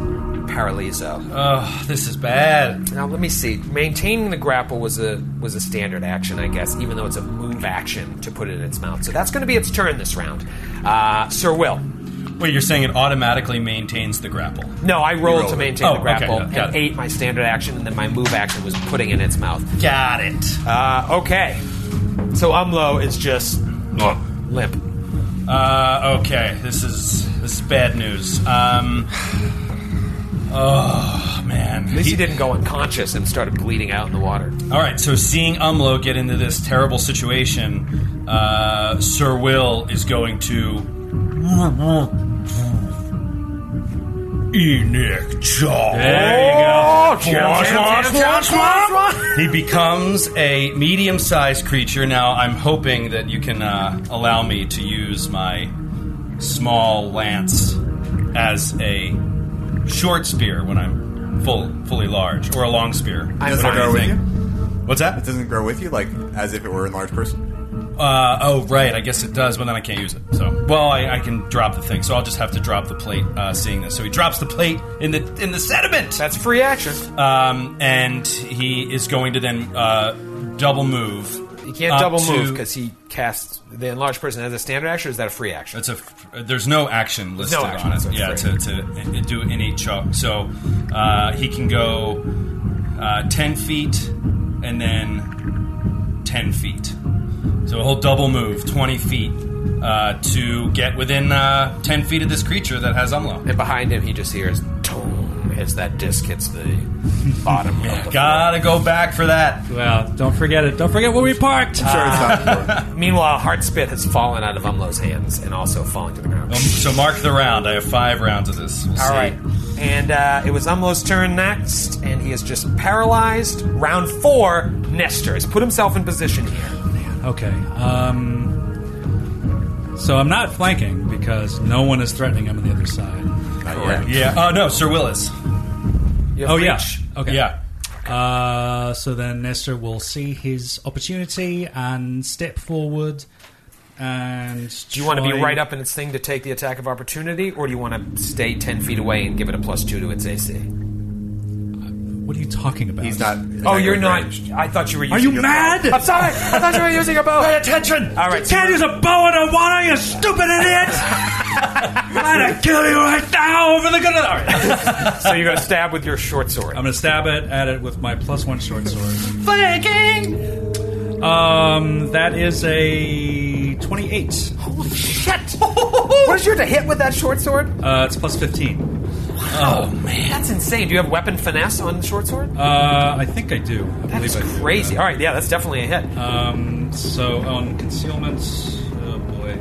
Speaker 8: paralyzo.
Speaker 10: Ugh, this is bad.
Speaker 8: Now let me see. Maintaining the grapple was a was a standard action, I guess, even though it's a move action to put it in its mouth. So that's going to be its turn this round. Uh, Sir Will.
Speaker 10: Wait, you're saying it automatically maintains the grapple?
Speaker 8: No, I rolled
Speaker 10: rolled
Speaker 8: to
Speaker 10: it.
Speaker 8: maintain
Speaker 10: Oh,
Speaker 8: the grapple
Speaker 10: okay, got it, got
Speaker 8: and
Speaker 10: it.
Speaker 8: ate my standard action, and then my move action was putting it in its mouth.
Speaker 10: Got it.
Speaker 8: Uh, okay. So Umlo is just
Speaker 10: Oh.
Speaker 8: limp.
Speaker 10: Uh, okay, this is this is bad news. Um, oh man,
Speaker 8: At least he, didn't go unconscious and started bleeding out in the water.
Speaker 10: All right, so seeing Umlo get into this terrible situation, uh, Sir Will is going to Enoch Jaw. There you go. He becomes a medium sized creature. Now, I'm hoping that you can uh, allow me to use my small lance as a short spear when I'm full, fully large, or a long spear.
Speaker 3: Does it
Speaker 10: Whatever
Speaker 3: grow
Speaker 10: you
Speaker 3: with
Speaker 10: think.
Speaker 3: you?
Speaker 10: What's that? It
Speaker 3: doesn't grow with you, like as if it were a large person.
Speaker 10: Uh, oh, right. I guess it does, but then I can't use it. So, well, I, I can drop the thing. So I'll just have to drop the plate. Uh, seeing this, so he drops the plate in the in the sediment. That's
Speaker 8: free action.
Speaker 10: Um, and he is going to then uh, double move.
Speaker 8: He
Speaker 13: Uh,
Speaker 8: can't
Speaker 10: up
Speaker 8: double
Speaker 10: to-
Speaker 8: move because he casts the enlarged person as a standard action. Or is that a free action?
Speaker 10: That's a. There's no action listed
Speaker 8: No action,
Speaker 10: on it.
Speaker 8: so it's
Speaker 10: yeah,
Speaker 8: free.
Speaker 10: to, to do an eight chop. So uh, he can go uh, ten feet and then ten feet. So he'll double move twenty feet uh, to get within uh, ten feet of this creature that has Umlo.
Speaker 8: And behind him, he just hears "Tong" as that disc hits the bottom. of the
Speaker 10: Gotta go back for that. Uh,
Speaker 7: Well, don't forget it. Don't forget where we parked.
Speaker 8: Meanwhile, Heartspit has fallen out of Umlo's hands and also falling to the ground.
Speaker 10: Um, so mark the round. I have five rounds of this. We'll
Speaker 8: All
Speaker 10: see.
Speaker 8: right, and uh, it was Umlo's turn next, and he is just paralyzed. Round four, Nestor has put himself in position here.
Speaker 7: Okay. Um, so I'm not flanking because no one is threatening him on the other side.
Speaker 10: Correct. Yeah. Oh no, Sir Willis.
Speaker 7: Oh yeah.
Speaker 10: reach.
Speaker 7: Okay.
Speaker 10: Yeah.
Speaker 7: Uh, so then Nestor will see his opportunity and step forward. And
Speaker 8: Do you want to be
Speaker 7: try-
Speaker 8: right up in its thing to take the attack of opportunity, or do you want to stay ten feet away and give it a plus two to its AC?
Speaker 7: What are you talking about? He's
Speaker 3: not.
Speaker 8: Oh, you're not. I thought you were. Using
Speaker 7: Are you
Speaker 8: your
Speaker 7: mad?
Speaker 8: bow. I'm sorry. I thought you were using a bow.
Speaker 7: Pay attention.
Speaker 8: All right.
Speaker 7: You can't use a bow and a water, you stupid idiot. I'm gonna kill you right now over the good. All right.
Speaker 8: so you're gonna stab with your short sword.
Speaker 7: I'm gonna stab it at it with my plus one short sword.
Speaker 16: Flanking!
Speaker 7: Um, that is a twenty-eight.
Speaker 16: Holy shit! what
Speaker 8: is your to hit with that short sword?
Speaker 7: Uh, it's plus fifteen.
Speaker 10: Oh man,
Speaker 8: that's insane. Do you have weapon finesse on the short sword?
Speaker 7: Uh, I think I do. I believe
Speaker 8: That's
Speaker 7: I do.
Speaker 8: crazy. All right, yeah, that's definitely a hit.
Speaker 10: Uh,
Speaker 7: Um, so on concealment, oh boy.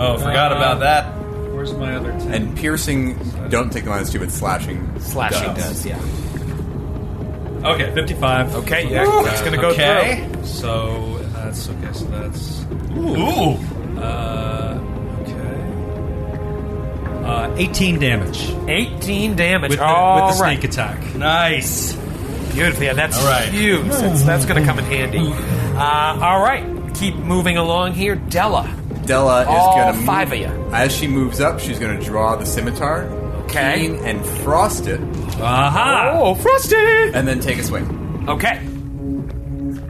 Speaker 7: Uh,
Speaker 10: Oh, forgot about that.
Speaker 7: Where's my other ten?
Speaker 3: And piercing, don't take the minus two, but slashing.
Speaker 8: Slashing does, yeah.
Speaker 7: Okay, fifty-five.
Speaker 8: Okay, yeah, it's gonna go
Speaker 7: okay. So that's okay. So that's
Speaker 10: Ooh.
Speaker 7: Uh, okay. Uh, eighteen damage.
Speaker 8: 18 damage.
Speaker 7: With the- with the
Speaker 8: All right.
Speaker 7: sneak attack.
Speaker 10: Nice.
Speaker 8: Beautiful. Yeah, that's
Speaker 10: All right.
Speaker 8: huge. That's, that's going to come in handy. Uh, all right. Keep moving along here. Della.
Speaker 3: Della is
Speaker 8: All
Speaker 3: going to move.
Speaker 8: five of ya.
Speaker 3: As she moves up, she's going to draw the scimitar,
Speaker 8: Okay.
Speaker 3: keen and frost it,
Speaker 7: Aha!
Speaker 8: Oh, frosty!
Speaker 3: and then take a swing.
Speaker 8: Okay.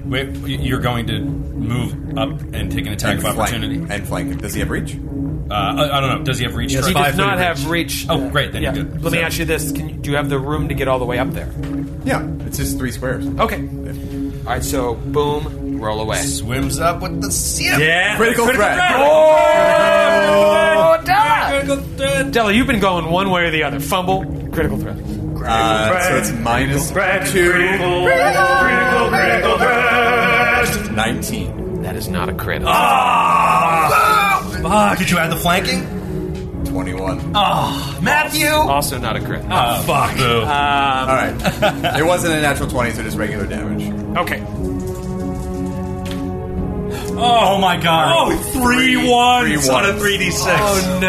Speaker 10: Wait, y- you're going to move up and take an attack
Speaker 3: And
Speaker 10: of
Speaker 3: flank.
Speaker 10: opportunity
Speaker 3: and flank. Does he have reach?
Speaker 10: Uh, I, I don't know. Does he have reach?
Speaker 8: He
Speaker 10: strength?
Speaker 8: does not have reach.
Speaker 10: Oh, great. Then
Speaker 8: yeah.
Speaker 10: you're good.
Speaker 8: Let me
Speaker 10: So-
Speaker 8: ask you this: Can you, Do you have the room to get all the way up there?
Speaker 3: Yeah, it's just three squares.
Speaker 8: Okay. All right. So, boom, roll away.
Speaker 10: Swims up with the seal.
Speaker 8: Yeah.
Speaker 3: Critical, threat.
Speaker 8: Oh,
Speaker 10: Ah!
Speaker 8: Della! Della, you've been going one way or the other. Fumble, critical threat.
Speaker 3: Uh, so it's minus two. Nineteen.
Speaker 8: That is not a crit.
Speaker 3: Oh.
Speaker 10: Ah, did you add the flanking?
Speaker 3: Twenty-one.
Speaker 10: Oh, Matthew.
Speaker 8: Also not a crit.
Speaker 7: Uh,
Speaker 10: Oh, fuck.
Speaker 3: All right. it wasn't a natural twenty, so just regular damage.
Speaker 8: Okay.
Speaker 7: Oh,
Speaker 10: my god.
Speaker 7: Oh, three ones
Speaker 10: three
Speaker 7: on a
Speaker 10: ones.
Speaker 7: 3d6.
Speaker 10: Oh, no.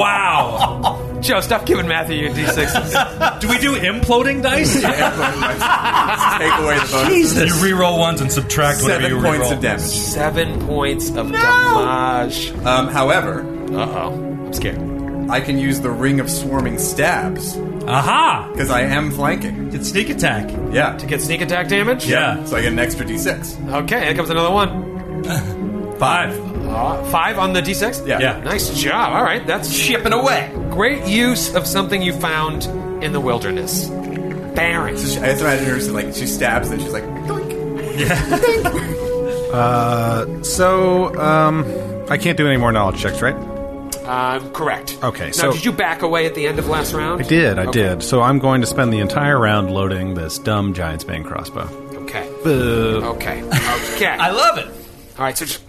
Speaker 7: wow.
Speaker 8: Joe, stop giving Matthew your d6s.
Speaker 7: do we do imploding dice?
Speaker 3: Take away the bonus.
Speaker 10: You re-roll ones and subtract
Speaker 3: Seven
Speaker 10: whatever you
Speaker 3: points
Speaker 10: re-roll.
Speaker 3: of damage.
Speaker 11: Seven points of
Speaker 3: damage. Um, however, uh
Speaker 11: oh, I'm scared.
Speaker 3: I can use the ring of swarming stabs.
Speaker 7: Aha!
Speaker 3: Because I am flanking.
Speaker 7: Get sneak attack.
Speaker 3: Yeah.
Speaker 11: To get sneak attack damage.
Speaker 3: Yeah. So I get an extra d6.
Speaker 11: Okay, here comes another one.
Speaker 7: Five.
Speaker 11: five on the d6?
Speaker 3: Yeah. Yeah.
Speaker 11: Nice job. All right, that's shipping away. Great use of something you found in the wilderness. Baron.
Speaker 3: So she, I imagine her like she stabs and she's like,
Speaker 9: Uh, so um, I can't do any more knowledge checks, right?
Speaker 11: Um, correct.
Speaker 9: Okay,
Speaker 11: Now,
Speaker 9: so-
Speaker 11: did you back away at the end of last round?
Speaker 9: I did, I
Speaker 11: Okay.
Speaker 9: did. So I'm going to spend the entire round loading this dumb giant's bane crossbow.
Speaker 11: Okay.
Speaker 9: Boo.
Speaker 11: Okay. Okay. I
Speaker 10: love it.
Speaker 11: All right, so just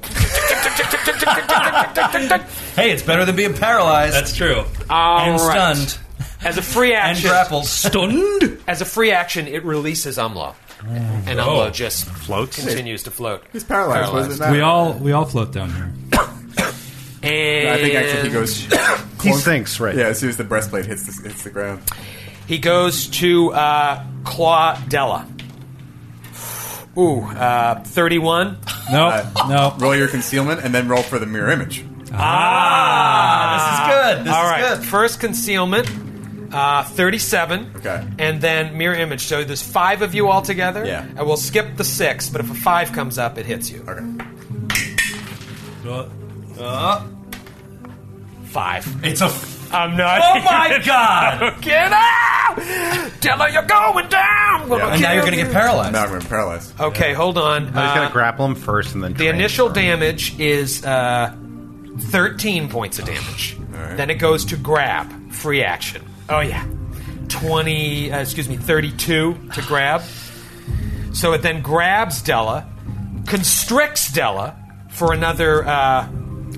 Speaker 10: Hey, it's better than being paralyzed. That's
Speaker 7: true.
Speaker 10: and
Speaker 11: right.
Speaker 10: stunned.
Speaker 11: As a free action,
Speaker 10: grappled. Stunned?
Speaker 11: As a free action, it releases Umlo, and
Speaker 10: Oh.
Speaker 11: Umlo just
Speaker 9: floats,
Speaker 11: continues to float.
Speaker 3: He's paralyzed, wasn't
Speaker 7: We all we all float down here.
Speaker 11: And
Speaker 3: I think actually he goes.
Speaker 9: He sinks, right?
Speaker 3: Yeah, as soon as the breastplate hits the, hits the ground.
Speaker 11: He goes to uh, Claw Della. Ooh, uh, 31.
Speaker 7: No,
Speaker 10: Uh,
Speaker 7: no.
Speaker 3: Roll your concealment and then roll for the mirror image.
Speaker 11: Ah,
Speaker 10: this is good. This
Speaker 11: All
Speaker 10: is
Speaker 11: right,
Speaker 10: good.
Speaker 11: first concealment, uh, 37.
Speaker 3: Okay.
Speaker 11: And then mirror image. So there's five of you all together.
Speaker 3: Yeah.
Speaker 11: I will skip the six, but if a five comes up, it hits you.
Speaker 3: Okay.
Speaker 11: Five.
Speaker 10: It's a. F-
Speaker 11: I'm not.
Speaker 10: Oh my God.
Speaker 11: Get out! Della, you're going down! We'll kill you.
Speaker 3: Now I'm going to paralyze.
Speaker 11: Okay, hold on.
Speaker 9: I was
Speaker 11: Uh,
Speaker 9: gonna grapple him first and then
Speaker 11: The initial damage is uh, 13 points of damage. Then it goes to grab, free action. Oh, yeah. 20, uh, excuse me, 32 to grab. So it then grabs Della, constricts Della for another uh,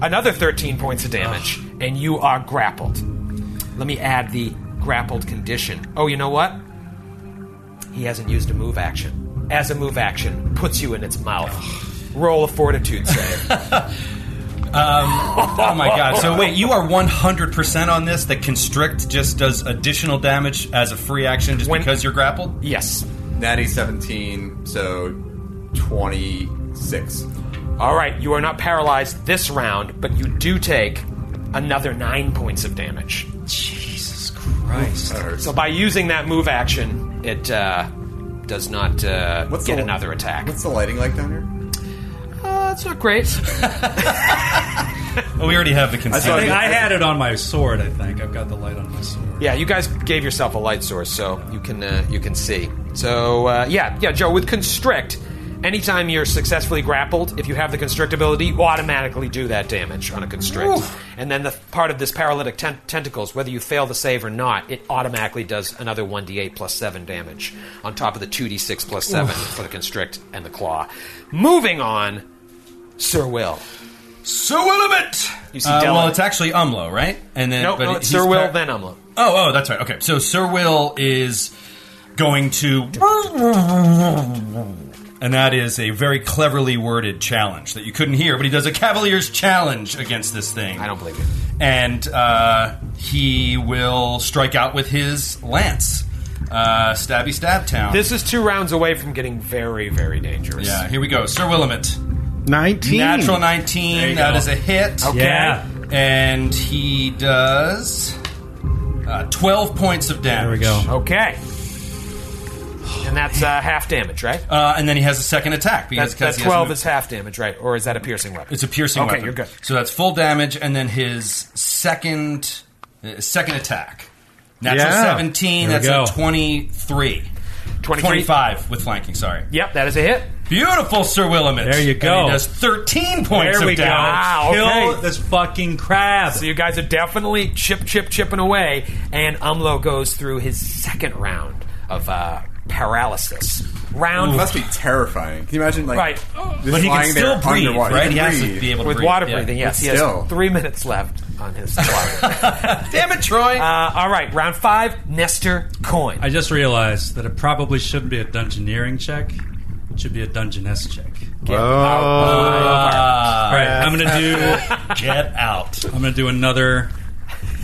Speaker 11: another 13 points of damage, and you are grappled. Let me add the grappled condition. Oh, you know what? He hasn't used a move action. As a move action, puts you in its mouth. Roll a fortitude save.
Speaker 10: Um, oh my god. So wait, you are 100% on this? That constrict just does additional damage as a free action just because you're grappled?
Speaker 11: Yes.
Speaker 3: Natty 17, so 26.
Speaker 11: All right, you are not paralyzed this round, but you do take another nine points of damage. Jesus
Speaker 10: Christ.
Speaker 11: So by using that move action, it uh, does not uh, get another attack. What's
Speaker 3: the lighting like down here?
Speaker 11: Uh, it's not great.
Speaker 10: Oh, we already have the
Speaker 7: I,
Speaker 10: concealment.
Speaker 7: think I had it on my sword. I think I've got the light on my sword.
Speaker 11: Yeah, you guys gave yourself a light source, so you can uh, you can see. So uh, yeah, yeah, Joe. With constrict, anytime you're successfully grappled, if you have the constrict ability, you automatically do that damage on a constrict. And then the part of this paralytic ten- tentacles, whether you fail the save or not, it automatically does another one d8 plus seven damage on top of the two d6 plus seven
Speaker 10: Oof.
Speaker 11: for the constrict and the claw. Moving on, Sir Will.
Speaker 10: Sir Willamette!
Speaker 11: You see
Speaker 10: Uh,
Speaker 11: Della-
Speaker 10: well, it's actually Umlo, right? And then
Speaker 11: Nope,
Speaker 10: but
Speaker 11: no, it's
Speaker 10: he's
Speaker 11: Sir Will,
Speaker 10: par-
Speaker 11: then Umlo.
Speaker 10: Oh, oh, that's right. Okay, so Sir Will is going to, and that is a very cleverly worded challenge that you couldn't hear, but he does a Cavalier's challenge against this thing. I
Speaker 11: don't believe it.
Speaker 10: And uh, he will strike out with his lance, uh, stabby stab town.
Speaker 11: This is two rounds away from getting very, very dangerous.
Speaker 10: yeah. Here we go, Sir Willamette.
Speaker 9: 19.
Speaker 10: Natural
Speaker 11: There you
Speaker 10: 19. That
Speaker 11: go.
Speaker 10: is a hit.
Speaker 11: Okay. Yeah.
Speaker 10: And he does uh, 12 points of damage. There we go.
Speaker 11: Okay. And that's uh, half damage, right?
Speaker 10: Uh, and then he has a second attack because
Speaker 11: That's, that
Speaker 10: he has
Speaker 11: 12
Speaker 10: mo-
Speaker 11: is half damage, right? Or is that a piercing weapon?
Speaker 10: it's a piercing
Speaker 11: okay,
Speaker 10: weapon.
Speaker 11: you're good.
Speaker 10: So that's full damage, and then his second uh, second attack. Natural
Speaker 11: Yeah.
Speaker 10: 17.
Speaker 11: There we go.
Speaker 10: That's a 23.
Speaker 11: 23.
Speaker 10: 25 with flanking. Sorry.
Speaker 11: Yep, that is a hit.
Speaker 10: Beautiful, Sir Willamette.
Speaker 7: There you
Speaker 10: And
Speaker 7: go.
Speaker 10: he does 13 points
Speaker 7: there
Speaker 10: of
Speaker 7: we go.
Speaker 10: damage.
Speaker 11: Ah,
Speaker 7: Kill this fucking crab.
Speaker 11: So you guys are definitely chip, chip, chipping away, and Umlo goes through his second round of uh, paralysis. Round.
Speaker 3: It must be terrifying. Can you imagine, like,
Speaker 11: Right.
Speaker 3: this lying there underwater? He can breathe.
Speaker 11: With water breathing, yes.
Speaker 3: But
Speaker 11: He has
Speaker 3: still.
Speaker 11: three minutes left on his clock. Damn it, Troy. Uh, all right, round five, Nestor Coin.
Speaker 7: I just realized that it probably shouldn't be a dungeoneering check. It should be a dungeoness check.
Speaker 3: Oh.
Speaker 8: Get out
Speaker 11: All right, I'm gonna do.
Speaker 10: Get out.
Speaker 11: I'm gonna do another.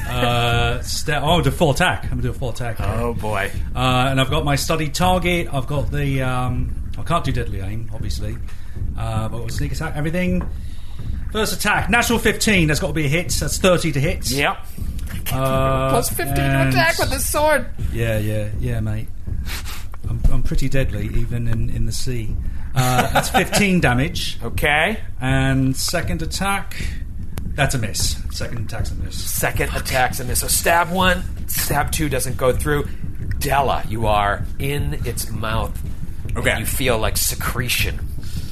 Speaker 11: Uh, sta- oh, do full attack. I'm gonna do a full attack. Oh
Speaker 10: boy!
Speaker 11: Uh, and I've got my study target. I've got the. Um, I can't do deadly aim, obviously, uh, but we'll sneak attack everything. First attack, natural 15. That's got to be a hit. That's 30 to hit. Yep. Uh,
Speaker 17: Plus 15 to
Speaker 11: and-
Speaker 17: attack with his sword.
Speaker 11: yeah, yeah, yeah, mate. I'm, I'm pretty deadly, even in, in the sea. Uh, that's 15 damage.
Speaker 8: Okay.
Speaker 11: And second attack, that's a miss. Second attack's a miss.
Speaker 8: Second attacks and miss. So stab one, stab two doesn't go through. Della, you are in its mouth. Okay. you feel like secretion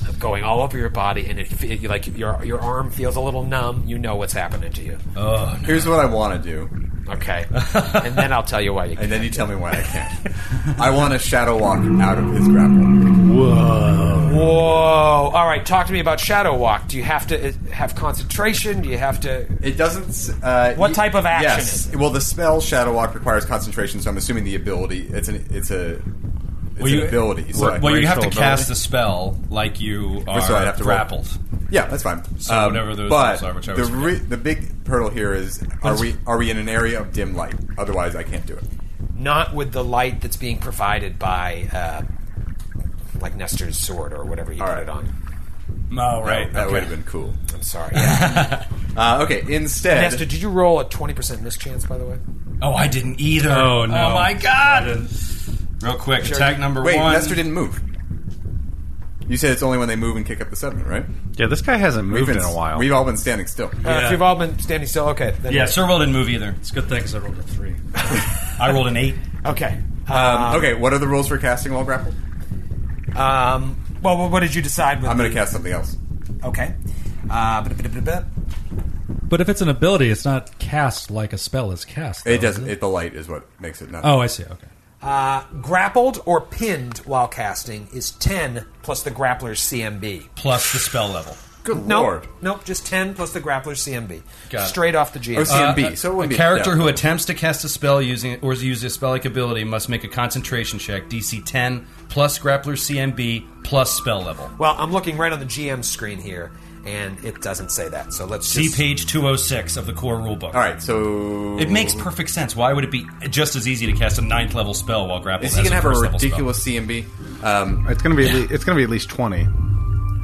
Speaker 8: of going all over your body, and it, fe- you like your your arm feels a little numb. You know what's happening to you.
Speaker 10: Oh,
Speaker 8: no.
Speaker 3: Here's what I want to do.
Speaker 8: Okay. and then I'll tell you why you can't.
Speaker 3: And then you tell me why I can't. I want to shadow walk out of his grapple.
Speaker 8: Whoa. Whoa. All right, talk to me about Shadow Walk. Do you have to uh, have concentration? Do you have to.
Speaker 3: It doesn't. Uh,
Speaker 8: what type of action is
Speaker 3: Yes. Well, the spell Shadow Walk requires concentration, so I'm assuming the ability. It's an. It's a. It's
Speaker 10: Well, you,
Speaker 3: an ability. So I-
Speaker 10: well, you have to cast the spell like you are
Speaker 3: So I'd have to roll.
Speaker 10: grappled.
Speaker 3: Yeah, that's fine.
Speaker 10: So
Speaker 3: Um,
Speaker 10: whatever those
Speaker 3: but
Speaker 10: spells are, which I
Speaker 3: the
Speaker 10: was
Speaker 3: re- the big hurdle here is: are
Speaker 8: Let's-
Speaker 3: we are we in an area of dim light? Otherwise, I can't do it.
Speaker 8: Not with the light that's being provided by, uh, like, Nestor's sword or whatever you put it on.
Speaker 10: Oh,
Speaker 3: That, that
Speaker 8: okay.
Speaker 3: would have been cool.
Speaker 8: I'm sorry. Yeah.
Speaker 3: uh, okay. Instead,
Speaker 8: Nestor, did you roll a 20% mischance, by the way?
Speaker 10: Oh, I didn't either.
Speaker 8: Oh, no.
Speaker 10: Oh my
Speaker 8: God.
Speaker 10: Real quick,
Speaker 8: Sure.
Speaker 10: attack number
Speaker 3: Wait,
Speaker 10: one.
Speaker 3: Nestor didn't move. You said it's only when they move and kick up the sediment, right?
Speaker 13: Yeah, this guy hasn't
Speaker 3: We've
Speaker 13: moved
Speaker 3: been-
Speaker 13: in a while.
Speaker 3: We've all been standing still.
Speaker 8: Uh, if you've all been standing still, okay. Then
Speaker 10: yeah, Serval didn't move either.
Speaker 11: It's a good thing because I rolled a three.
Speaker 10: I rolled an eight.
Speaker 8: Okay.
Speaker 3: Um, okay, what are the rules for casting while grappled?
Speaker 8: Um, well, what- what did you decide? With
Speaker 3: I'm going to
Speaker 8: the-
Speaker 3: cast something else.
Speaker 8: Okay. Uh, ba-da-ba-da-ba-da.
Speaker 11: But if it's an ability, it's not Uh, cast like a spell is cast.
Speaker 3: It
Speaker 11: though,
Speaker 3: doesn't.
Speaker 11: is
Speaker 3: It, the light is what makes it not.
Speaker 11: Oh, I see. Okay.
Speaker 8: Uh, grappled or pinned while casting is 10 plus the grappler's CMB.
Speaker 10: Plus the spell level.
Speaker 8: Good nope, lord. Nope, just 10 plus the grappler's CMB.
Speaker 10: Got it.
Speaker 8: Straight off the GM.
Speaker 3: Oh,
Speaker 10: Uh, a character who attempts to cast a spell using or uses a spell-like ability must make a concentration check, DC 10 plus grappler CMB plus spell level.
Speaker 8: Well, I'm looking right on the GM screen here, and it doesn't say that. So let's
Speaker 10: See
Speaker 8: just.
Speaker 10: page 206 of the core rulebook. All
Speaker 3: right, so
Speaker 10: it makes perfect sense. Why would it be just as easy to cast a ninth level spell while grappled?
Speaker 3: Is he
Speaker 10: as
Speaker 3: gonna have a
Speaker 10: first level spell?
Speaker 3: ridiculous CMB? Um,
Speaker 13: it's gonna be at le- it's gonna be at least twenty.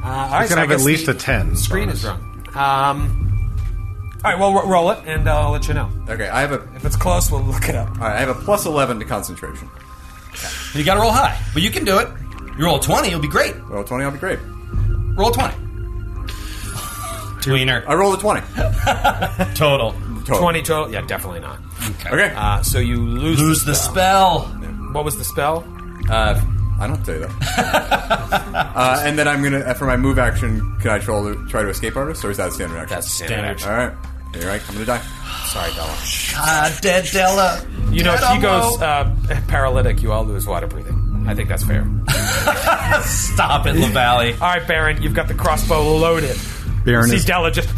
Speaker 8: Uh, all right,
Speaker 13: He's gonna
Speaker 8: so I
Speaker 13: have at
Speaker 8: guess
Speaker 13: least
Speaker 8: the
Speaker 13: a 10
Speaker 8: Screen
Speaker 13: bonus.
Speaker 8: is wrong. Um, all right, well, ro- roll it, and uh, I'll let you know.
Speaker 3: Okay, I have a.
Speaker 8: If it's close, we'll look it up.
Speaker 3: All right, I have a plus eleven to concentration.
Speaker 10: You got to roll high, but you can do it. You roll a 20, it'll be great.
Speaker 3: Roll a twenty, I'll be great.
Speaker 10: Roll a 20. Tweener.
Speaker 3: I rolled a 20.
Speaker 10: total.
Speaker 8: 20 total? Yeah, definitely not.
Speaker 10: Okay.
Speaker 3: Okay.
Speaker 8: Uh, so you lose,
Speaker 10: Lose the spell.
Speaker 8: What was the spell?
Speaker 3: Uh, I don't tell you that. uh, and then I'm gonna for my move action. Can I try to, try to escape artist, or is that a standard action? That's
Speaker 8: standard
Speaker 3: All right. All right, I'm gonna die.
Speaker 8: Sorry, Bella.
Speaker 10: Ah, dead Della.
Speaker 8: You know,
Speaker 10: Dead
Speaker 8: if he goes
Speaker 10: Elmo.
Speaker 8: uh, paralytic, you all lose water breathing. I think that's fair.
Speaker 10: Stop it, LaValle.
Speaker 8: all right, Baron, you've got the crossbow loaded.
Speaker 13: Baron
Speaker 8: See
Speaker 13: is-
Speaker 8: Della just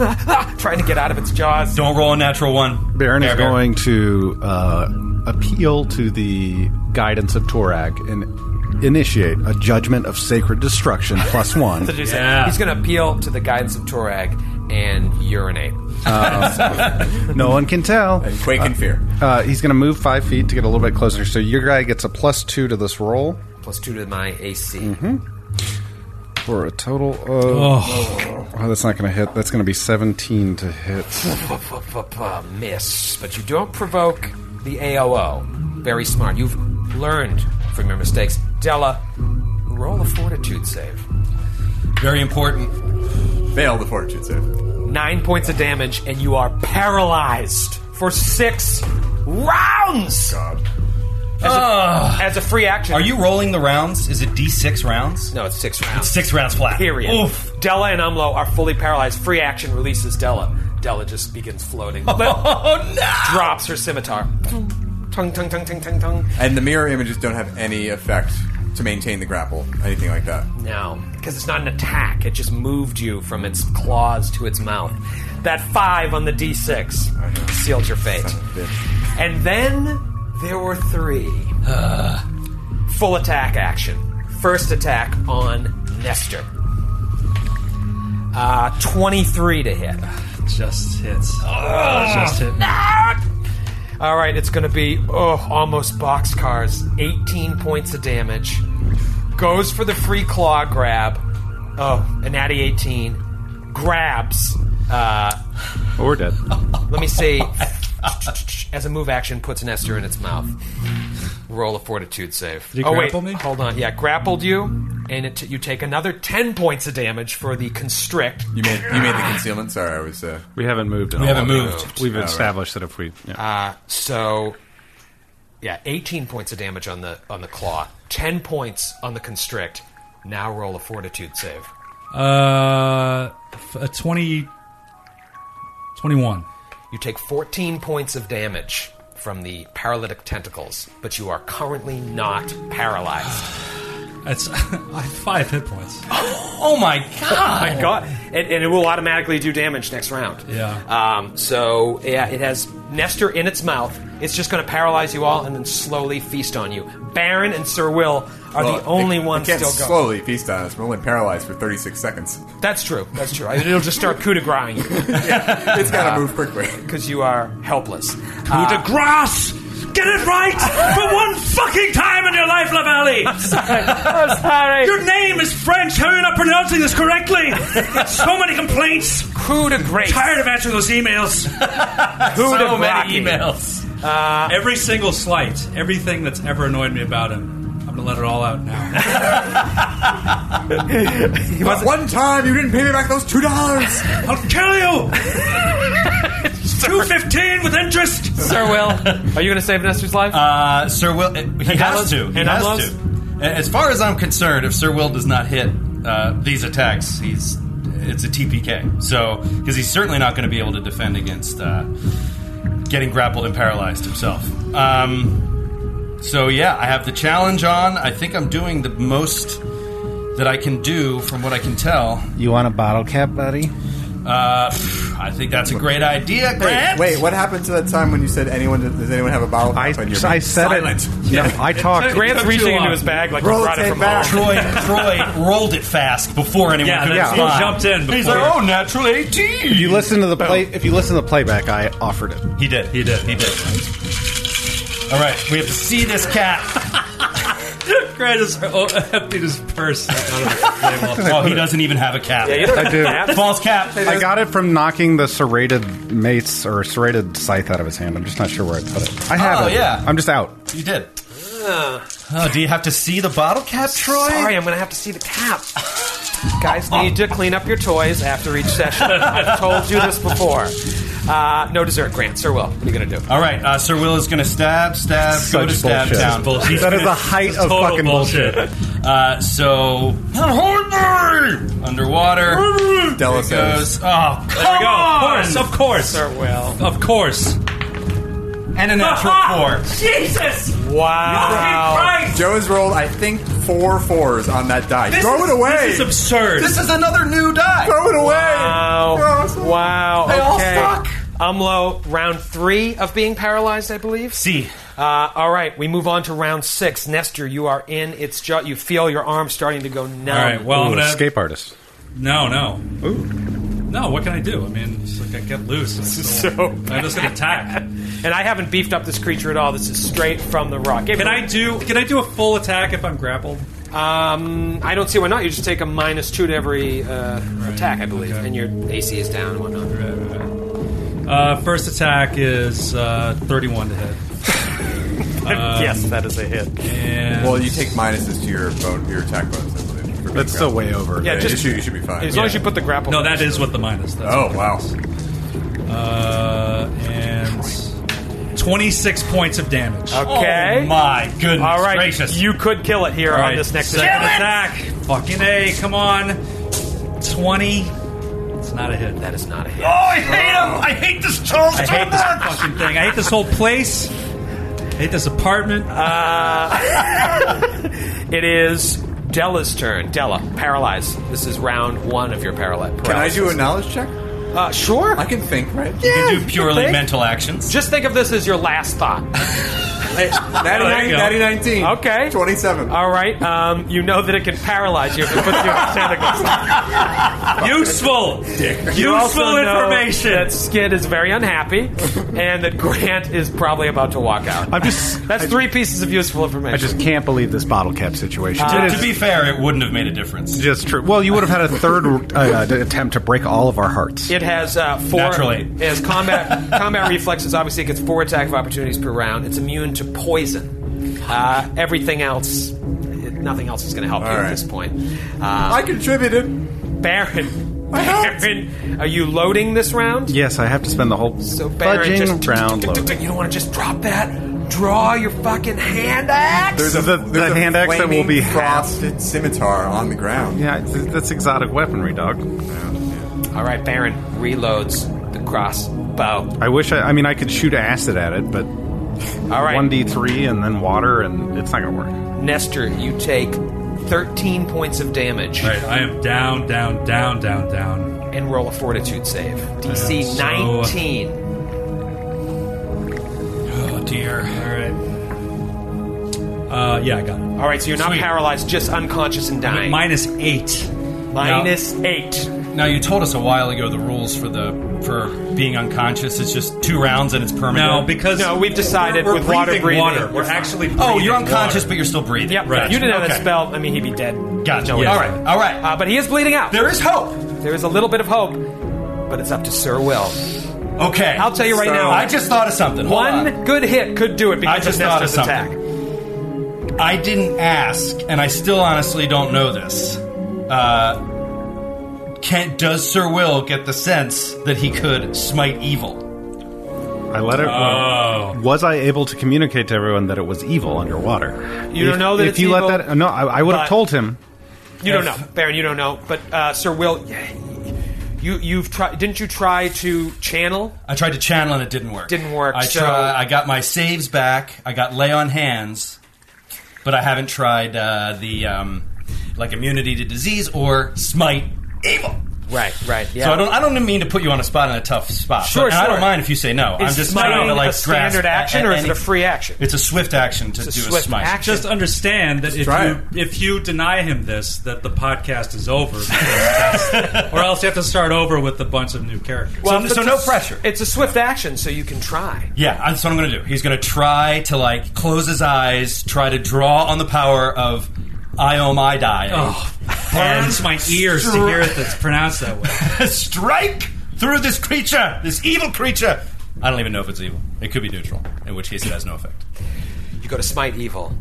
Speaker 8: trying to get out of its jaws.
Speaker 10: Don't roll a natural one.
Speaker 13: Baron is
Speaker 10: Bear, bear.
Speaker 13: going to uh, appeal to the guidance of Torag and initiate a judgment of sacred destruction plus one.
Speaker 8: So just- He's going to appeal to the guidance of Torag and urinate.
Speaker 13: Uh, no one can tell.
Speaker 3: And quake in fear.
Speaker 13: Uh, he's going to move five feet to get a little bit closer. So your guy gets a plus two to this roll
Speaker 8: Plus two to my AC.
Speaker 13: for a total of.
Speaker 8: Oh.
Speaker 13: Oh, that's not going to hit. That's going to be 17 to hit.
Speaker 8: uh, Miss, but you don't provoke the AOO. Very smart. You've learned from your mistakes. Della, roll a fortitude save.
Speaker 10: Very important.
Speaker 3: Fail the fortitude save.
Speaker 8: Nine points of damage, and you are paralyzed for six rounds. God. As, a, as a free action,
Speaker 10: uh, Are you rolling the rounds? Is it D6 rounds?
Speaker 8: No, it's six rounds.
Speaker 10: six rounds flat.
Speaker 8: Period.
Speaker 10: Oof.
Speaker 8: Della and Umlo are fully paralyzed. Free action releases Della. Della just begins floating.
Speaker 10: Oh no!
Speaker 8: Drops her scimitar. Tung tung tung tung tung tung.
Speaker 3: And the mirror images don't have any effect to maintain the grapple, anything like that.
Speaker 8: No, because it's not an attack. It just moved you from its claws to its mouth. That five on the d6 sealed your fate. And then there were three.
Speaker 3: Uh.
Speaker 8: Full attack action. First attack on Nestor. Uh, 23 to hit.
Speaker 11: Just hits.
Speaker 8: Just hit. All right, it's going to be oh, almost boxcars. 18 points of damage. Goes for the free claw grab. Oh, a natty 18. Grabs. Uh,
Speaker 18: Oh, we're dead.
Speaker 8: let me see. As a move action, puts an Esther in its mouth. Roll a fortitude save.
Speaker 18: Did he
Speaker 8: oh wait,
Speaker 18: grapple me?
Speaker 8: hold on. Yeah, grappled you, and it you take another ten points of damage for the constrict.
Speaker 3: You made you made the concealment. Sorry, I was. Uh,
Speaker 18: We haven't moved. at
Speaker 8: We
Speaker 18: all.
Speaker 11: Oh,
Speaker 8: haven't moved.
Speaker 18: We've
Speaker 8: All right.
Speaker 18: established that if we. Yeah.
Speaker 13: Ah.
Speaker 8: Uh, so, yeah, 18 points of damage on the on the claw, 10 points on the constrict. Now roll a fortitude save.
Speaker 11: Uh, f- a 20, 21.
Speaker 8: You take 14 points of damage from the paralytic tentacles, but you are currently not paralyzed.
Speaker 11: That's I have five hit points.
Speaker 8: Oh my god! my god! And, and it will automatically do damage next round.
Speaker 11: Yeah.
Speaker 8: Um, so yeah, it has Nestor in its mouth. It's just going to paralyze you all and then slowly feast on you. Baron and Sir Will are
Speaker 3: well,
Speaker 8: the only
Speaker 3: Oh, it,
Speaker 8: ones
Speaker 3: it can't
Speaker 8: still going.
Speaker 3: slowly feast on us. We're only paralyzed for 36 seconds.
Speaker 8: That's true. That's true. It'll just start coup de grace.
Speaker 3: it's got to move quickly
Speaker 8: because you are helpless. Ah.
Speaker 3: Uh,
Speaker 8: de
Speaker 11: grass. Get it right for one fucking time in your life, Lavallee. I'm sorry.
Speaker 19: I'm sorry.
Speaker 11: Your name is French. How are you not pronouncing this correctly? so many complaints.
Speaker 8: Coup de grace.
Speaker 11: Tired of answering those emails.
Speaker 8: Coup
Speaker 11: so
Speaker 8: de
Speaker 11: many
Speaker 8: grace.
Speaker 11: emails. Uh, Every single slight, everything that's ever annoyed me about him. I'm gonna let it all out now.
Speaker 3: But one time you didn't pay me back those two dollars.
Speaker 11: I'll kill you. Two fifteen with interest.
Speaker 8: Sir Will, are you going to save Nestor's life?
Speaker 10: Uh, Sir Will, he has
Speaker 8: Hellos?
Speaker 10: to. He
Speaker 8: And
Speaker 10: has
Speaker 8: Hellos?
Speaker 10: to. A- As far as I'm concerned, if Sir Will does not hit uh, these attacks, he's it's a TPK. So because he's certainly not going to be able to defend against uh, getting grappled and paralyzed himself. Um, so yeah, I have the challenge on. I think I'm doing the most that I can do from what I can tell.
Speaker 13: You want a bottle cap, buddy?
Speaker 10: Uh, I think that's a great idea,
Speaker 3: Wait,
Speaker 10: Grant.
Speaker 3: wait, what happened to that time when you said anyone? Does anyone have a bottle cap? on your
Speaker 13: I said
Speaker 3: Silent.
Speaker 13: it. No, I talked.
Speaker 3: Grant's reaching
Speaker 13: uh,
Speaker 3: into his bag like he Roll brought it tape from back. home.
Speaker 10: Troy, Troy rolled it fast before anyone
Speaker 13: Yeah,
Speaker 10: could
Speaker 13: that's- he
Speaker 10: respond.
Speaker 13: jumped in
Speaker 10: He's
Speaker 13: before-
Speaker 10: like, oh, natural 18.
Speaker 13: If you listen to the play, if you listen to the playback, I offered it.
Speaker 10: He did. He did. He did. All right, we have to see this cat.
Speaker 11: Grant is oh, emptied his purse.
Speaker 10: oh, he doesn't even have a cap.
Speaker 11: Yeah, you don't have
Speaker 13: I do. a cap.
Speaker 10: False cap.
Speaker 13: I got it from knocking the serrated mace or serrated scythe out of his hand. I'm just not sure where I put it. I have
Speaker 10: Oh,
Speaker 13: it.
Speaker 10: yeah.
Speaker 13: I'm just out.
Speaker 10: You did. Oh, do you have to see the bottle cap, Troy?
Speaker 8: Sorry, I'm going to have to see the cap. Guys need to clean up your toys after each session. I've told you this before. Uh, no dessert, Grant. Sir Will, what are you going to do?
Speaker 10: All right, uh, Sir Will is going to stab, stab, go
Speaker 13: Such
Speaker 10: to stab
Speaker 13: bullshit.
Speaker 10: town.
Speaker 13: Bullshit. That is the height of
Speaker 10: Total
Speaker 13: fucking
Speaker 10: bullshit. Uh, so underwater,
Speaker 3: Della
Speaker 10: It goes.
Speaker 3: says.
Speaker 10: Oh,
Speaker 11: There we
Speaker 10: come
Speaker 11: go.
Speaker 10: on!
Speaker 11: Of course, of course.
Speaker 8: Sir Will.
Speaker 11: Of course.
Speaker 10: And a natural four.
Speaker 11: Jesus!
Speaker 3: Joe's rolled, I think, four fours on that die.
Speaker 10: This
Speaker 3: Throw
Speaker 10: is-
Speaker 3: it away.
Speaker 10: this is absurd. This is another new die.
Speaker 3: Throw it away.
Speaker 8: Wow. Wow.
Speaker 3: They
Speaker 11: oh.
Speaker 3: all
Speaker 8: okay.
Speaker 3: suck.
Speaker 8: Umlo, round three of being paralyzed, I believe.
Speaker 10: See.
Speaker 8: Uh, all right, we move on to round six. Nestor, you are in its jaw. You feel your arm starting to go numb.
Speaker 11: All right, well, I'm
Speaker 13: Ooh,
Speaker 11: gonna-
Speaker 13: escape artist.
Speaker 11: No, no. No, what can I do? I mean, it's like I get loose. and it's
Speaker 8: so
Speaker 11: I'm just gonna attack.
Speaker 8: and I haven't beefed up this creature at all. This is straight from the rock.
Speaker 11: Can I do? Can I do a full attack if I'm grappled?
Speaker 8: Um, I don't see why not. You just take a minus two to every uh, attack, I believe, and your AC is down and whatnot.
Speaker 11: Uh, first attack is uh, 31 to hit.
Speaker 8: yes, that is a hit.
Speaker 11: And
Speaker 3: Well, you take minuses to your bone, your attack bonus. I believe, for being
Speaker 11: That's still
Speaker 3: grappled.
Speaker 11: way over. Yeah,
Speaker 3: Yeah,
Speaker 11: just-
Speaker 3: you, should, you should be fine.
Speaker 11: as long as you
Speaker 8: put the grapple.
Speaker 11: No, that is what the minus. That's
Speaker 3: Oh,
Speaker 11: what the
Speaker 3: wow.
Speaker 11: minus. Uh, and 26 points of damage. Oh,
Speaker 8: Okay. All right. You could kill it here
Speaker 11: All
Speaker 8: on
Speaker 11: right,
Speaker 8: this next
Speaker 11: second
Speaker 8: attack.
Speaker 11: attack. Fucking A, come on. 20. It's not a hit.
Speaker 8: That is not a hit.
Speaker 10: Oh, I hate him. I hate this troll
Speaker 11: I
Speaker 10: so
Speaker 11: hate this
Speaker 10: much.
Speaker 11: fucking thing. I hate this whole place. I hate this apartment.
Speaker 8: It is Della's turn. Della, paralyzed. This is round one of your paralyzed.
Speaker 3: Can I do a knowledge check?
Speaker 8: Uh, sure. I
Speaker 3: can think, right?
Speaker 8: Yeah,
Speaker 10: you can do purely mental actions.
Speaker 8: Just think of this as your last thought.
Speaker 3: Natty
Speaker 8: There you
Speaker 3: nine-
Speaker 8: go.
Speaker 3: natty 19.
Speaker 8: Okay.
Speaker 3: 27.
Speaker 8: All right. Um, you know that it can paralyze you if it puts you in Useful.
Speaker 20: Useful
Speaker 8: information. That Skid is very unhappy and that Grant is probably about to walk out.
Speaker 13: I'm just.
Speaker 8: That's three pieces of useful information.
Speaker 13: I just can't believe this bottle cap situation.
Speaker 8: Uh,
Speaker 13: It
Speaker 10: to
Speaker 13: is
Speaker 10: be fair, it wouldn't have made a difference.
Speaker 13: just true. Well, you would have had a third uh, attempt to break all of our hearts.
Speaker 8: It has uh, four.
Speaker 13: Natural
Speaker 8: It has combat combat reflexes. Obviously, it gets four attack of opportunities per round. It's immune to poison. Uh, everything else, nothing else is going to help you at this point. Uh, I
Speaker 3: contributed,
Speaker 8: Baron. Baron, are you loading this round?
Speaker 13: Yes, I have to spend the whole
Speaker 8: So Baron
Speaker 13: fudging
Speaker 8: just
Speaker 13: round load.
Speaker 8: You don't want to just drop that. Draw your fucking hand axe.
Speaker 3: There's a,
Speaker 13: The-
Speaker 3: there's
Speaker 13: the
Speaker 3: a
Speaker 13: hand axe that will be
Speaker 3: flaming frosted scimitar on the ground.
Speaker 13: Yeah, th- that's exotic weaponry, dog.
Speaker 8: All right, Baron reloads the crossbow.
Speaker 13: I wish I. I mean, I could shoot acid at it, but
Speaker 8: all right,
Speaker 13: one d three and then water, and it's not gonna work.
Speaker 8: Nestor, you take thirteen points of damage.
Speaker 11: Right, I am down, down, down, down, down.
Speaker 8: And roll a fortitude save. DC
Speaker 11: so-
Speaker 8: 19.
Speaker 11: Oh dear. All right. Uh, yeah, I got it.
Speaker 8: All right, so you're not
Speaker 11: Sweet.
Speaker 8: paralyzed, just unconscious and dying.
Speaker 11: Minus eight.
Speaker 8: Minus eight.
Speaker 10: Now you told us a while ago the rules for the for being unconscious. It's just two rounds and it's permanent.
Speaker 11: No, because
Speaker 8: No, we've decided
Speaker 11: we're,
Speaker 8: with water
Speaker 11: breathing
Speaker 8: breathing,
Speaker 11: Water.
Speaker 8: you're
Speaker 11: We're
Speaker 8: fine.
Speaker 11: actually.
Speaker 10: oh,
Speaker 11: breathing
Speaker 10: you're unconscious,
Speaker 11: water.
Speaker 10: but you're still breathing.
Speaker 8: Yep.
Speaker 11: Right.
Speaker 8: You didn't have that
Speaker 11: Okay.
Speaker 8: spell. I mean, he'd be dead. Gotcha.
Speaker 10: All right. All right.
Speaker 8: Uh, but he is bleeding out.
Speaker 10: There is hope.
Speaker 8: There is a little bit of hope, but it's up to Sir Will.
Speaker 10: Okay.
Speaker 8: I'll tell you right
Speaker 10: So-
Speaker 8: now.
Speaker 10: I just thought of something. Hold
Speaker 8: One
Speaker 10: on.
Speaker 8: good hit could do it because
Speaker 10: I just
Speaker 8: of
Speaker 10: thought of
Speaker 8: Nestor's
Speaker 10: something.
Speaker 8: attack.
Speaker 10: I didn't ask, and I still honestly don't know this. Uh, can does Sir Will get the sense that he could smite evil?
Speaker 13: I let it. uh,
Speaker 10: Oh.
Speaker 13: Was I able to communicate to everyone that it was evil underwater?
Speaker 8: You don't
Speaker 13: If-
Speaker 8: know that
Speaker 13: if
Speaker 8: it's
Speaker 13: you
Speaker 8: evil,
Speaker 13: let that. No, I, I would
Speaker 8: but-
Speaker 13: have told him.
Speaker 8: You don't
Speaker 13: If-
Speaker 8: know, Baron. You don't know, but uh, Sir Will, you you've tried. Didn't you try to channel?
Speaker 10: I tried to channel and it didn't work.
Speaker 8: Didn't work.
Speaker 10: I
Speaker 8: so
Speaker 10: try, I got my saves back. I got lay on hands, but I haven't tried uh, the um, like immunity to disease or smite evil.
Speaker 8: Right, right.
Speaker 10: So I don't. I don't mean to put you on a spot in a tough spot.
Speaker 8: Sure,
Speaker 10: and I
Speaker 8: sure.
Speaker 10: don't mind if you say no.
Speaker 8: Is
Speaker 10: I'm just
Speaker 8: smiting
Speaker 10: trying to like
Speaker 8: a standard
Speaker 10: grasp at-
Speaker 8: action or
Speaker 10: at
Speaker 8: is it a
Speaker 10: any-
Speaker 8: free action?
Speaker 10: It's a swift action to
Speaker 8: It's a
Speaker 10: do a
Speaker 8: swift
Speaker 10: smite.
Speaker 8: action.
Speaker 11: Just understand that if
Speaker 10: try
Speaker 11: you, if you deny him this, that the podcast is over, because that's- or else you have to start over with a bunch of new characters.
Speaker 8: Well, so, no pressure. It's a swift action, so you can try.
Speaker 10: Yeah, that's what I'm going to do. He's going to try to like close his eyes, try to draw on the power of I owe my die.
Speaker 11: Oh, burns my ears to hear it that's pronounced that way.
Speaker 10: strike through this creature, this evil creature. I don't even know if it's evil. It could be neutral, in which case it has no effect.
Speaker 8: You go to smite evil,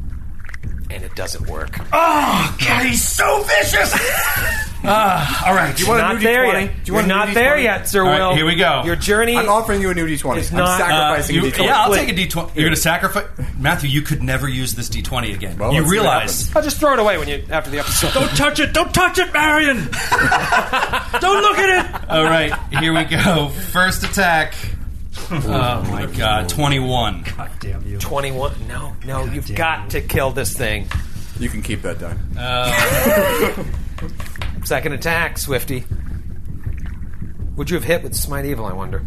Speaker 8: and it doesn't work.
Speaker 10: Oh, God, he's so vicious! Ah, all right.
Speaker 8: You want a Not new there D20? yet. Do you want You're a new not D20? there yet, Sir
Speaker 10: All right,
Speaker 8: Will.
Speaker 10: Here we go.
Speaker 8: Your journey
Speaker 3: I'm offering you a new D20.
Speaker 8: is
Speaker 3: I'm
Speaker 8: not-
Speaker 3: sacrificing
Speaker 10: Uh,
Speaker 3: a
Speaker 10: you-
Speaker 3: D20.
Speaker 10: Yeah, I'll take a D20. You're going to sacrifice. Matthew, you could never use this D20 again. you
Speaker 3: let's see what
Speaker 10: realize.
Speaker 8: I'll just throw it away when you after the episode.
Speaker 11: Don't touch it! Don't touch it, Marion! Don't look at
Speaker 10: All right, here we go. First attack. Oh my god, 21.
Speaker 11: God damn you.
Speaker 8: 21. No, no, you've got to kill this thing.
Speaker 3: You can keep that done.
Speaker 8: Second attack, Swifty. Would you have hit with Smite Evil, I wonder?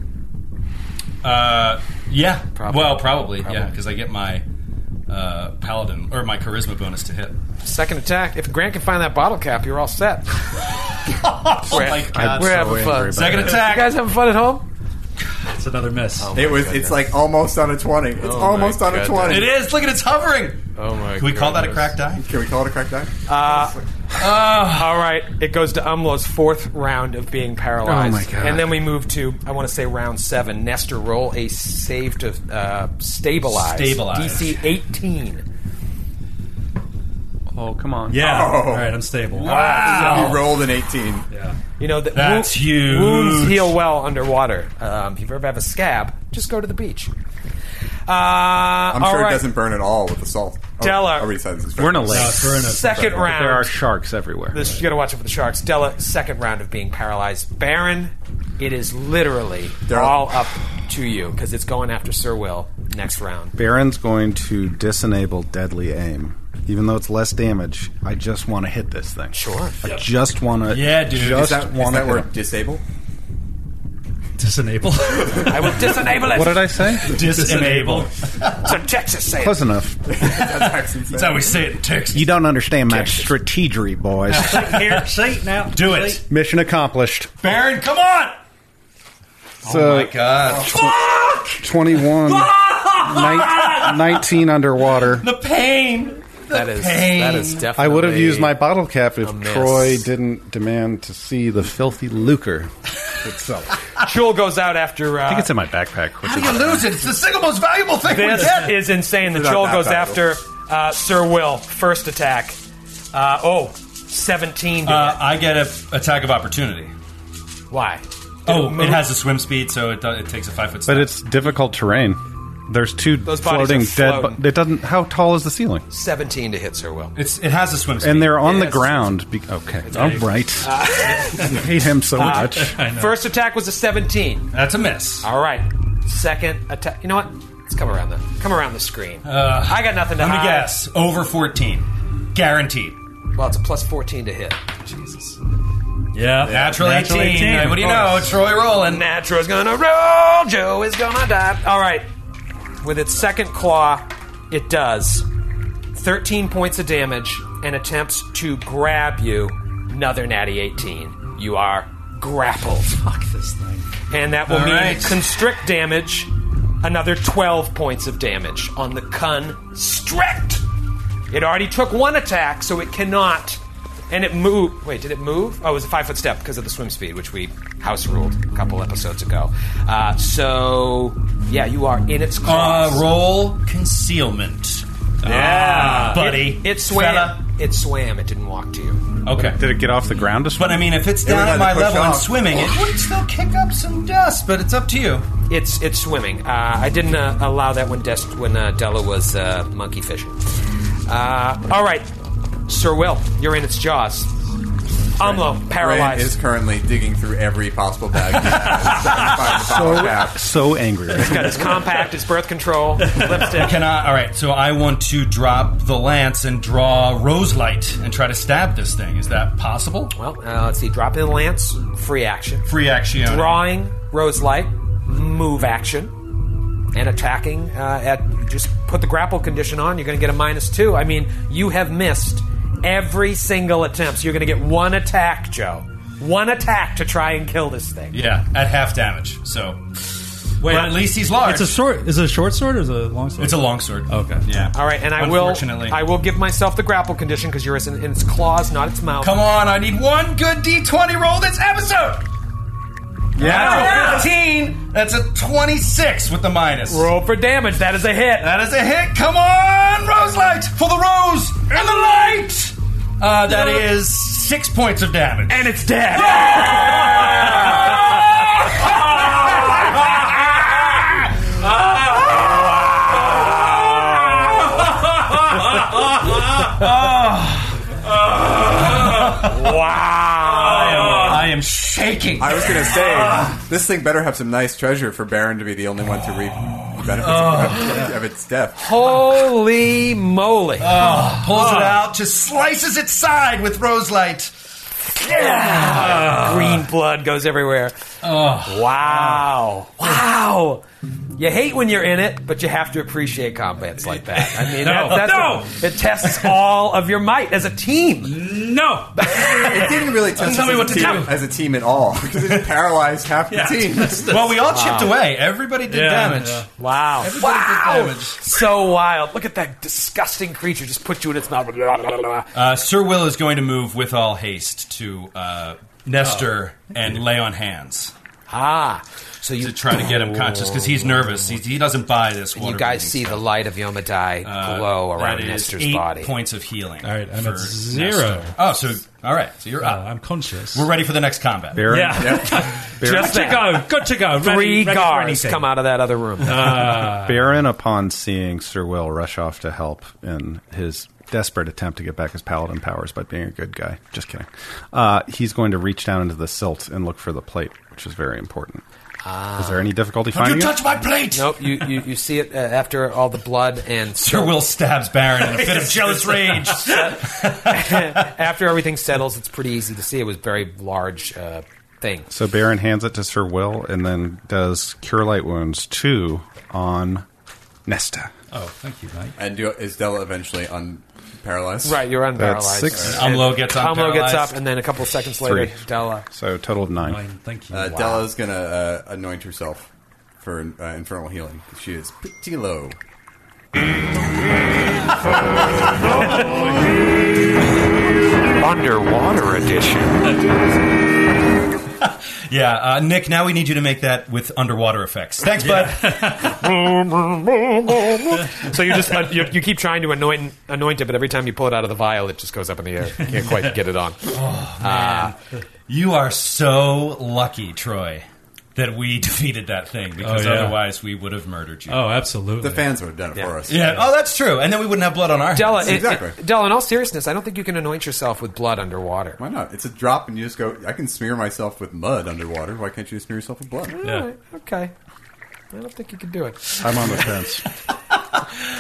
Speaker 10: Uh, yeah.
Speaker 8: Probably.
Speaker 10: Well, probably, yeah,
Speaker 8: Probably.
Speaker 10: because I get my uh, paladin or my charisma bonus to hit.
Speaker 8: Second attack. If Grant can find that bottle cap, you're all set. we're
Speaker 10: Oh my God.
Speaker 8: we're
Speaker 10: I'm so
Speaker 8: having
Speaker 10: angry
Speaker 8: fun.
Speaker 10: about Second it. attack.
Speaker 8: You guys Oh. having fun at home?
Speaker 11: It's another miss.
Speaker 3: it was. It's like almost on a twenty. It's
Speaker 8: Oh my
Speaker 3: almost on a
Speaker 8: goodness.
Speaker 3: twenty.
Speaker 10: It is. Look at it's hovering.
Speaker 8: Oh my!
Speaker 10: Can we call that a crack die?
Speaker 3: Can we call it a crack die?
Speaker 8: Uh, Ah. all right, it goes to Umlo's fourth round of being paralyzed.
Speaker 13: Oh my God.
Speaker 8: And then we move to, I want to say, round seven. Nestor, roll a save to uh, stabilize.
Speaker 10: Stabilize.
Speaker 8: DC 18.
Speaker 13: Oh come on!
Speaker 11: Yeah.
Speaker 3: Oh.
Speaker 11: All right, I'm stable.
Speaker 3: Wow. You rolled an eighteen.
Speaker 11: Yeah.
Speaker 8: You know, that
Speaker 10: That's
Speaker 8: wo-
Speaker 10: huge.
Speaker 8: Wounds heal well underwater. Um, if you ever have a scab, just go to the beach. Uh,
Speaker 3: I'm sure it doesn't burn at all with the salt. Oh,
Speaker 8: Della.
Speaker 3: I'll reset this.
Speaker 13: We're in a lake.
Speaker 8: Uh, Second round.
Speaker 13: There are sharks everywhere.
Speaker 8: This, you got to watch out for the sharks. Della, second round of being paralyzed. Baron, it is literally all up to you because it's going after Sir Will next round.
Speaker 13: Baron's going to disable deadly aim. Even though it's less damage, I just want to hit this thing.
Speaker 8: Sure.
Speaker 13: I just want to.
Speaker 10: Yeah, dude.
Speaker 3: Is
Speaker 13: Just
Speaker 3: that, is
Speaker 13: want
Speaker 3: that
Speaker 13: to
Speaker 3: word disable?
Speaker 11: Disenable.
Speaker 8: I will disenable it.
Speaker 13: What did I say?
Speaker 10: Disenable.
Speaker 8: so Texas say
Speaker 13: Close enough.
Speaker 10: That's how we say it in Texas.
Speaker 13: You don't understand my strategery, boys.
Speaker 11: Here, see now.
Speaker 10: Do it.
Speaker 13: Mission accomplished.
Speaker 8: Oh
Speaker 10: Baron, come on!
Speaker 13: So,
Speaker 10: my God.
Speaker 13: Fuck!
Speaker 8: Um,
Speaker 13: 21. nine- 19 underwater.
Speaker 10: The pain.
Speaker 8: That is that is definitely.
Speaker 13: I would have used my bottle cap if
Speaker 8: miss.
Speaker 13: Troy didn't demand to see the filthy lucre itself.
Speaker 8: Jewel goes out after. Uh,
Speaker 13: I think it's in my backpack. Which
Speaker 10: How do
Speaker 13: is
Speaker 10: you lose it? It's the single most valuable thing we
Speaker 8: This
Speaker 10: get.
Speaker 8: is insane. The
Speaker 10: It's not
Speaker 8: Joel
Speaker 10: that
Speaker 8: goes
Speaker 10: valuable.
Speaker 8: after uh, Sir Will. First attack. Uh, oh, 17. to
Speaker 10: Uh, I get an attack of opportunity.
Speaker 8: hit. Why?
Speaker 10: Oh,
Speaker 8: Did
Speaker 10: it
Speaker 8: move?
Speaker 10: has a swim speed, so it, do- it takes a five foot.
Speaker 13: But it's difficult terrain. There's two
Speaker 10: Those bodies
Speaker 13: floating
Speaker 10: are
Speaker 13: dead.
Speaker 10: floating.
Speaker 13: But it doesn't. How tall is the ceiling?
Speaker 21: 17 to hit Sir Will.
Speaker 10: It's it has a swim speed,
Speaker 13: And they're on
Speaker 10: It
Speaker 13: the
Speaker 10: has-
Speaker 13: ground. Be- okay,
Speaker 10: It's Ah.
Speaker 13: all
Speaker 10: big.
Speaker 13: right. hate him so
Speaker 8: Uh,
Speaker 13: much.
Speaker 8: First attack was a 17.
Speaker 10: That's a miss.
Speaker 8: All right. Second attack. You know what? Let's come around the come around the screen.
Speaker 10: Uh,
Speaker 8: I got nothing to
Speaker 10: Let me
Speaker 8: hide.
Speaker 10: guess. Over fourteen, guaranteed.
Speaker 21: Well, it's a plus 14 to hit. Jesus.
Speaker 10: Yeah, natural, 18. Uh, What do you
Speaker 8: Oh,
Speaker 10: know? Troy rolling.
Speaker 8: Natural's gonna roll. Joe is gonna die. All right. With its second claw, it does 13 points of damage and attempts to grab you. Another natty 18. You are grappled. Fuck this thing. And that will
Speaker 10: All
Speaker 8: mean
Speaker 10: right.
Speaker 8: constrict damage. Another 12 points of damage on the constrict. It already took one attack, so it cannot. And it moved. Wait, did it move? Oh, it was a five foot step because of the swim speed, which we house ruled a couple episodes ago. Uh, so, yeah, you are in its claws.
Speaker 10: Uh, roll concealment.
Speaker 8: Yeah,
Speaker 10: Ah, buddy.
Speaker 8: It, it swam.
Speaker 10: Fella.
Speaker 8: It swam. It didn't walk to you.
Speaker 10: Okay.
Speaker 13: Did it get off the ground? To swim?
Speaker 10: But I mean, if it's down at my level and swimming, it would still kick up some dust. But it's up to you.
Speaker 8: It's it's swimming. Uh, I didn't uh, allow that when Des- when uh, Della was uh, monkey fishing. Uh, all right, Sir Will, you're in its jaws. Umlo
Speaker 3: Rand
Speaker 8: paralyzed.
Speaker 3: is currently digging through every possible bag. he has, trying to find the bottle
Speaker 13: So
Speaker 3: cap.
Speaker 13: so angry. right
Speaker 8: It's got its compact, its birth control, lipstick.
Speaker 10: Can I? All right. So I want to drop the lance and draw rose light and try to stab this thing. Is that possible?
Speaker 8: Well, uh, let's see. Drop in lance, free action.
Speaker 10: Free action.
Speaker 8: Drawing rose light, move action, and attacking uh, at just put the grapple condition on. You're going to get a minus two. I mean, you have missed every single attempt. So you're going to get one attack, Joe. One attack to try and kill this thing.
Speaker 10: Yeah, at half damage. So, well, at least he's large.
Speaker 11: It's a short. Is it a short sword or is it a long sword?
Speaker 10: It's a longsword.
Speaker 11: Okay.
Speaker 10: Yeah.
Speaker 8: All right, and I will.
Speaker 10: Unfortunately.
Speaker 8: I will give myself the grapple condition because you're in, in its claws, not its mouth.
Speaker 10: Come on, I need one good D20 roll this episode.
Speaker 8: Yeah.
Speaker 10: That's a 15. That's a 26 with the minus.
Speaker 8: Roll for damage. That is a hit.
Speaker 10: That is a hit. Come on, Rose Light for the rose and the light. Uh, that is six points of damage. Oh.
Speaker 8: And it's dead.
Speaker 10: I am shaking.
Speaker 3: I was gonna say this thing better have some nice treasure for Baron to be the only one to reap the benefits of, of its death.
Speaker 8: Holy moly!
Speaker 10: Pulls it out, just slices its side with Rose Light.
Speaker 8: Ah. Green blood goes everywhere.
Speaker 10: Ah.
Speaker 8: Wow. Wow. You hate when you're in it, but you have to appreciate combats like that. I mean,
Speaker 22: No.
Speaker 8: that- that's
Speaker 22: No.
Speaker 8: what- it tests all of your might as a team.
Speaker 22: No.
Speaker 3: It didn't really test
Speaker 22: Tell
Speaker 3: us
Speaker 22: me
Speaker 3: as,
Speaker 22: what
Speaker 3: a
Speaker 22: to
Speaker 3: team,
Speaker 22: do.
Speaker 3: as a team at all 'cause it just paralyzed half the
Speaker 22: Yeah.
Speaker 3: team.
Speaker 10: Well, we all chipped away. Everybody did
Speaker 22: Yeah,
Speaker 10: damage.
Speaker 22: yeah.
Speaker 8: Wow.
Speaker 10: Everybody
Speaker 8: Wow.
Speaker 10: did damage.
Speaker 8: So wild. Look at that disgusting creature just put you in its mouth. Blah, blah, blah, blah.
Speaker 10: Uh, Sir Will is going to move with all haste to uh,
Speaker 11: Oh,
Speaker 10: Nestor and lay on hands
Speaker 8: Ah. So you
Speaker 10: to try to get him conscious because he's nervous. He, he doesn't buy this.
Speaker 8: You
Speaker 10: water
Speaker 8: guys
Speaker 10: breathing
Speaker 8: see the
Speaker 10: stuff.
Speaker 8: light of Yomadai
Speaker 10: Uh,
Speaker 8: glow around
Speaker 10: that is
Speaker 8: Nestor's
Speaker 10: eight
Speaker 8: body.
Speaker 10: Points of healing.
Speaker 11: All right, and
Speaker 10: for
Speaker 11: it's zero.
Speaker 10: Nestor. Oh, so all right, so you're
Speaker 11: Oh,
Speaker 10: up.
Speaker 11: I'm conscious.
Speaker 10: We're ready for the next combat.
Speaker 13: Baron,
Speaker 11: Yeah.
Speaker 8: Just
Speaker 11: Good to
Speaker 8: that.
Speaker 11: go. Good to go. Ready-
Speaker 8: Three
Speaker 11: ready for
Speaker 8: guards
Speaker 11: anything.
Speaker 8: come out of that other room.
Speaker 13: Baron, upon seeing Sir Will rush off to help in his desperate attempt to get back his paladin powers by being a good guy, just kidding, uh, he's going to reach down into the silt and look for the plate, which is very important. is there any difficulty
Speaker 10: Don't
Speaker 13: finding
Speaker 10: you
Speaker 13: it?
Speaker 10: touch my plate!
Speaker 8: Nope, you, you, you see it uh, after all the blood and
Speaker 10: Sir Will stabs Baron in a fit of jealous rage.
Speaker 8: after everything settles, it's pretty easy to see. It was very large uh, thing.
Speaker 13: So Baron hands it to Sir Will and then does Cure Light Wounds 2 on Nesta.
Speaker 10: Oh, thank you, mate.
Speaker 3: And do, is Della eventually unparalyzed?
Speaker 8: Right, you're unparalyzed.
Speaker 13: That's six.
Speaker 8: And
Speaker 11: Umlo gets
Speaker 8: Umlo gets
Speaker 11: unparalyzed.
Speaker 8: up, and then a couple seconds later,
Speaker 13: Three.
Speaker 8: Della.
Speaker 13: So total of nine.
Speaker 10: Thank
Speaker 3: Uh, Della's going to uh, anoint herself for uh, infernal healing. She is pretty low.
Speaker 8: Underwater
Speaker 11: edition. yeah, uh, Nick. Now we need you to make that with underwater effects. Thanks, bud.
Speaker 23: so
Speaker 8: So you just uh, you, you keep trying to anoint anoint it, but every time you pull it out of the vial, it just goes up in the air. You can't quite get it on.
Speaker 11: Oh, man. you are so lucky, Troy, that we defeated that thing because
Speaker 10: Oh, yeah.
Speaker 11: otherwise we would have murdered you.
Speaker 10: Oh, absolutely.
Speaker 3: The fans would have done it for us.
Speaker 11: Yeah. Oh, that's true. And then we wouldn't have blood on our
Speaker 8: Della,
Speaker 11: hands.
Speaker 8: it- it- Della, in all seriousness, I don't think you can anoint yourself with blood underwater.
Speaker 3: Why not? It's a drop, and you just go. I can smear myself with mud underwater. Why can't you just smear yourself with blood?
Speaker 8: All right, okay. I don't think you can do it.
Speaker 13: I'm on the fence.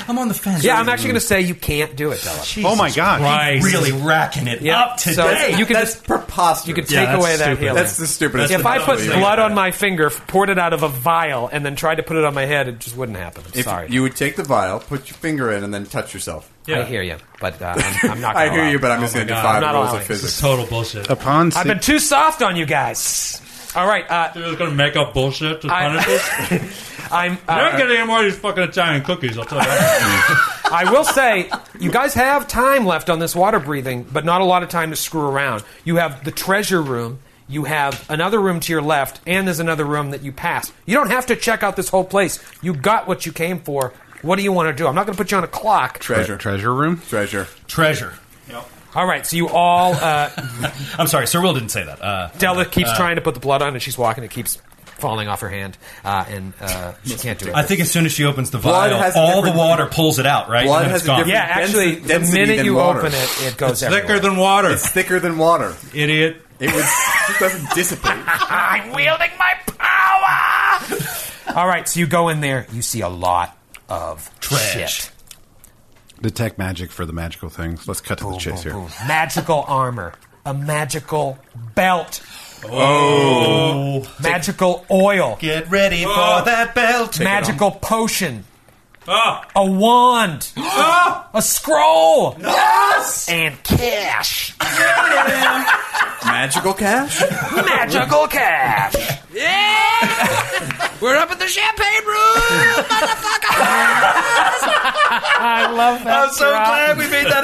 Speaker 11: I'm on the fence.
Speaker 8: Yeah, I'm actually going to say you can't do it, Della.
Speaker 11: Jesus Oh, my God. Christ. He's really racking it up today.
Speaker 8: you can
Speaker 11: That's
Speaker 8: just,
Speaker 3: preposterous.
Speaker 8: You can
Speaker 11: Yeah,
Speaker 8: take
Speaker 11: that's
Speaker 8: away that
Speaker 11: stupid.
Speaker 8: healing.
Speaker 11: That's the stupidest
Speaker 8: If
Speaker 11: thing
Speaker 8: I
Speaker 11: I've
Speaker 8: put
Speaker 11: ever seen.
Speaker 8: blood on my finger, poured it out of a vial, and then tried to put it on my head, it just wouldn't happen. I'm
Speaker 3: If
Speaker 8: sorry.
Speaker 3: you would take the vial, put your finger in, and then touch yourself.
Speaker 8: I hear you, but uh, I'm, I'm not.
Speaker 3: I hear
Speaker 8: Gonna allow
Speaker 3: you,
Speaker 8: it.
Speaker 3: but I'm just
Speaker 8: Oh
Speaker 3: going to
Speaker 8: my
Speaker 3: defy
Speaker 8: God. I'm
Speaker 3: the
Speaker 8: not
Speaker 3: rules of
Speaker 8: allowing it.
Speaker 3: physics.
Speaker 10: Total bullshit.
Speaker 13: Upon
Speaker 8: I've been too soft on you guys. All right, uh,
Speaker 10: They're just going to make up bullshit to punish us.
Speaker 8: I'm. uh,
Speaker 10: You're not getting any more of these fucking Italian cookies. I'll tell you. that.
Speaker 8: I will say, you guys have time left on this water breathing, but not a lot of time to screw around. You have the treasure room, you have another room to your left, and there's another room that you passed. You don't have to check out this whole place. You got what you came for. What do you want to do? I'm not going to put you on a clock.
Speaker 3: Treasure.
Speaker 13: treasure room?
Speaker 3: Treasure.
Speaker 11: Treasure.
Speaker 8: All right, so you all. Uh,
Speaker 11: I'm sorry, Sir Will didn't say that. Uh,
Speaker 8: Della keeps
Speaker 11: uh,
Speaker 8: trying to put the blood on, and she's walking. It keeps falling off her hand, uh, and uh, she can't do it.
Speaker 11: I think as soon as she opens the
Speaker 8: Blood
Speaker 11: vial,
Speaker 8: has a
Speaker 11: all the
Speaker 8: different-
Speaker 11: water pulls it out, right?
Speaker 8: Blood
Speaker 11: And then
Speaker 8: has
Speaker 11: it's
Speaker 8: a
Speaker 11: gone.
Speaker 8: different Yeah, actually, density- the density minute than you water. open it, it goes
Speaker 10: It's
Speaker 8: everywhere.
Speaker 10: thicker than water.
Speaker 3: It's thicker than water.
Speaker 10: Idiot.
Speaker 3: It, would, it doesn't dissipate.
Speaker 8: I'm wielding my power. All right, so you go in there. You see a lot of shit.
Speaker 13: Detect magic for the magical things. Let's cut to the chase here.
Speaker 8: Magical armor, a magical belt.
Speaker 13: Oh.
Speaker 8: Magical oil.
Speaker 11: Get ready
Speaker 8: Oh.
Speaker 10: for that belt. Take it
Speaker 8: Magical potion.
Speaker 10: Ah.
Speaker 8: A wand. a scroll.
Speaker 24: Yes!
Speaker 8: And cash.
Speaker 3: Magical cash?
Speaker 8: Magical cash.
Speaker 24: Yeah! We're up at the champagne room, motherfucker!
Speaker 8: I love that.
Speaker 24: I'm so glad we made that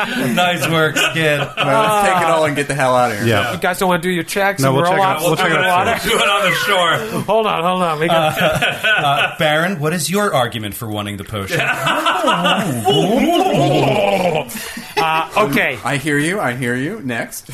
Speaker 24: a drop.
Speaker 11: nice work, kid.
Speaker 3: let's take it all and get the hell out of here.
Speaker 8: You guys don't want to do your checks?
Speaker 3: No,
Speaker 8: and
Speaker 3: we'll
Speaker 8: roll
Speaker 3: check it
Speaker 8: out-
Speaker 3: out- we'll check it out
Speaker 8: water?
Speaker 3: soon. Do it
Speaker 11: on the shore.
Speaker 8: hold on, hold on. We got
Speaker 11: Uh, Baron, what is your argument for wanting the potion?
Speaker 8: Uh, okay.
Speaker 3: I hear you. I hear you. Next.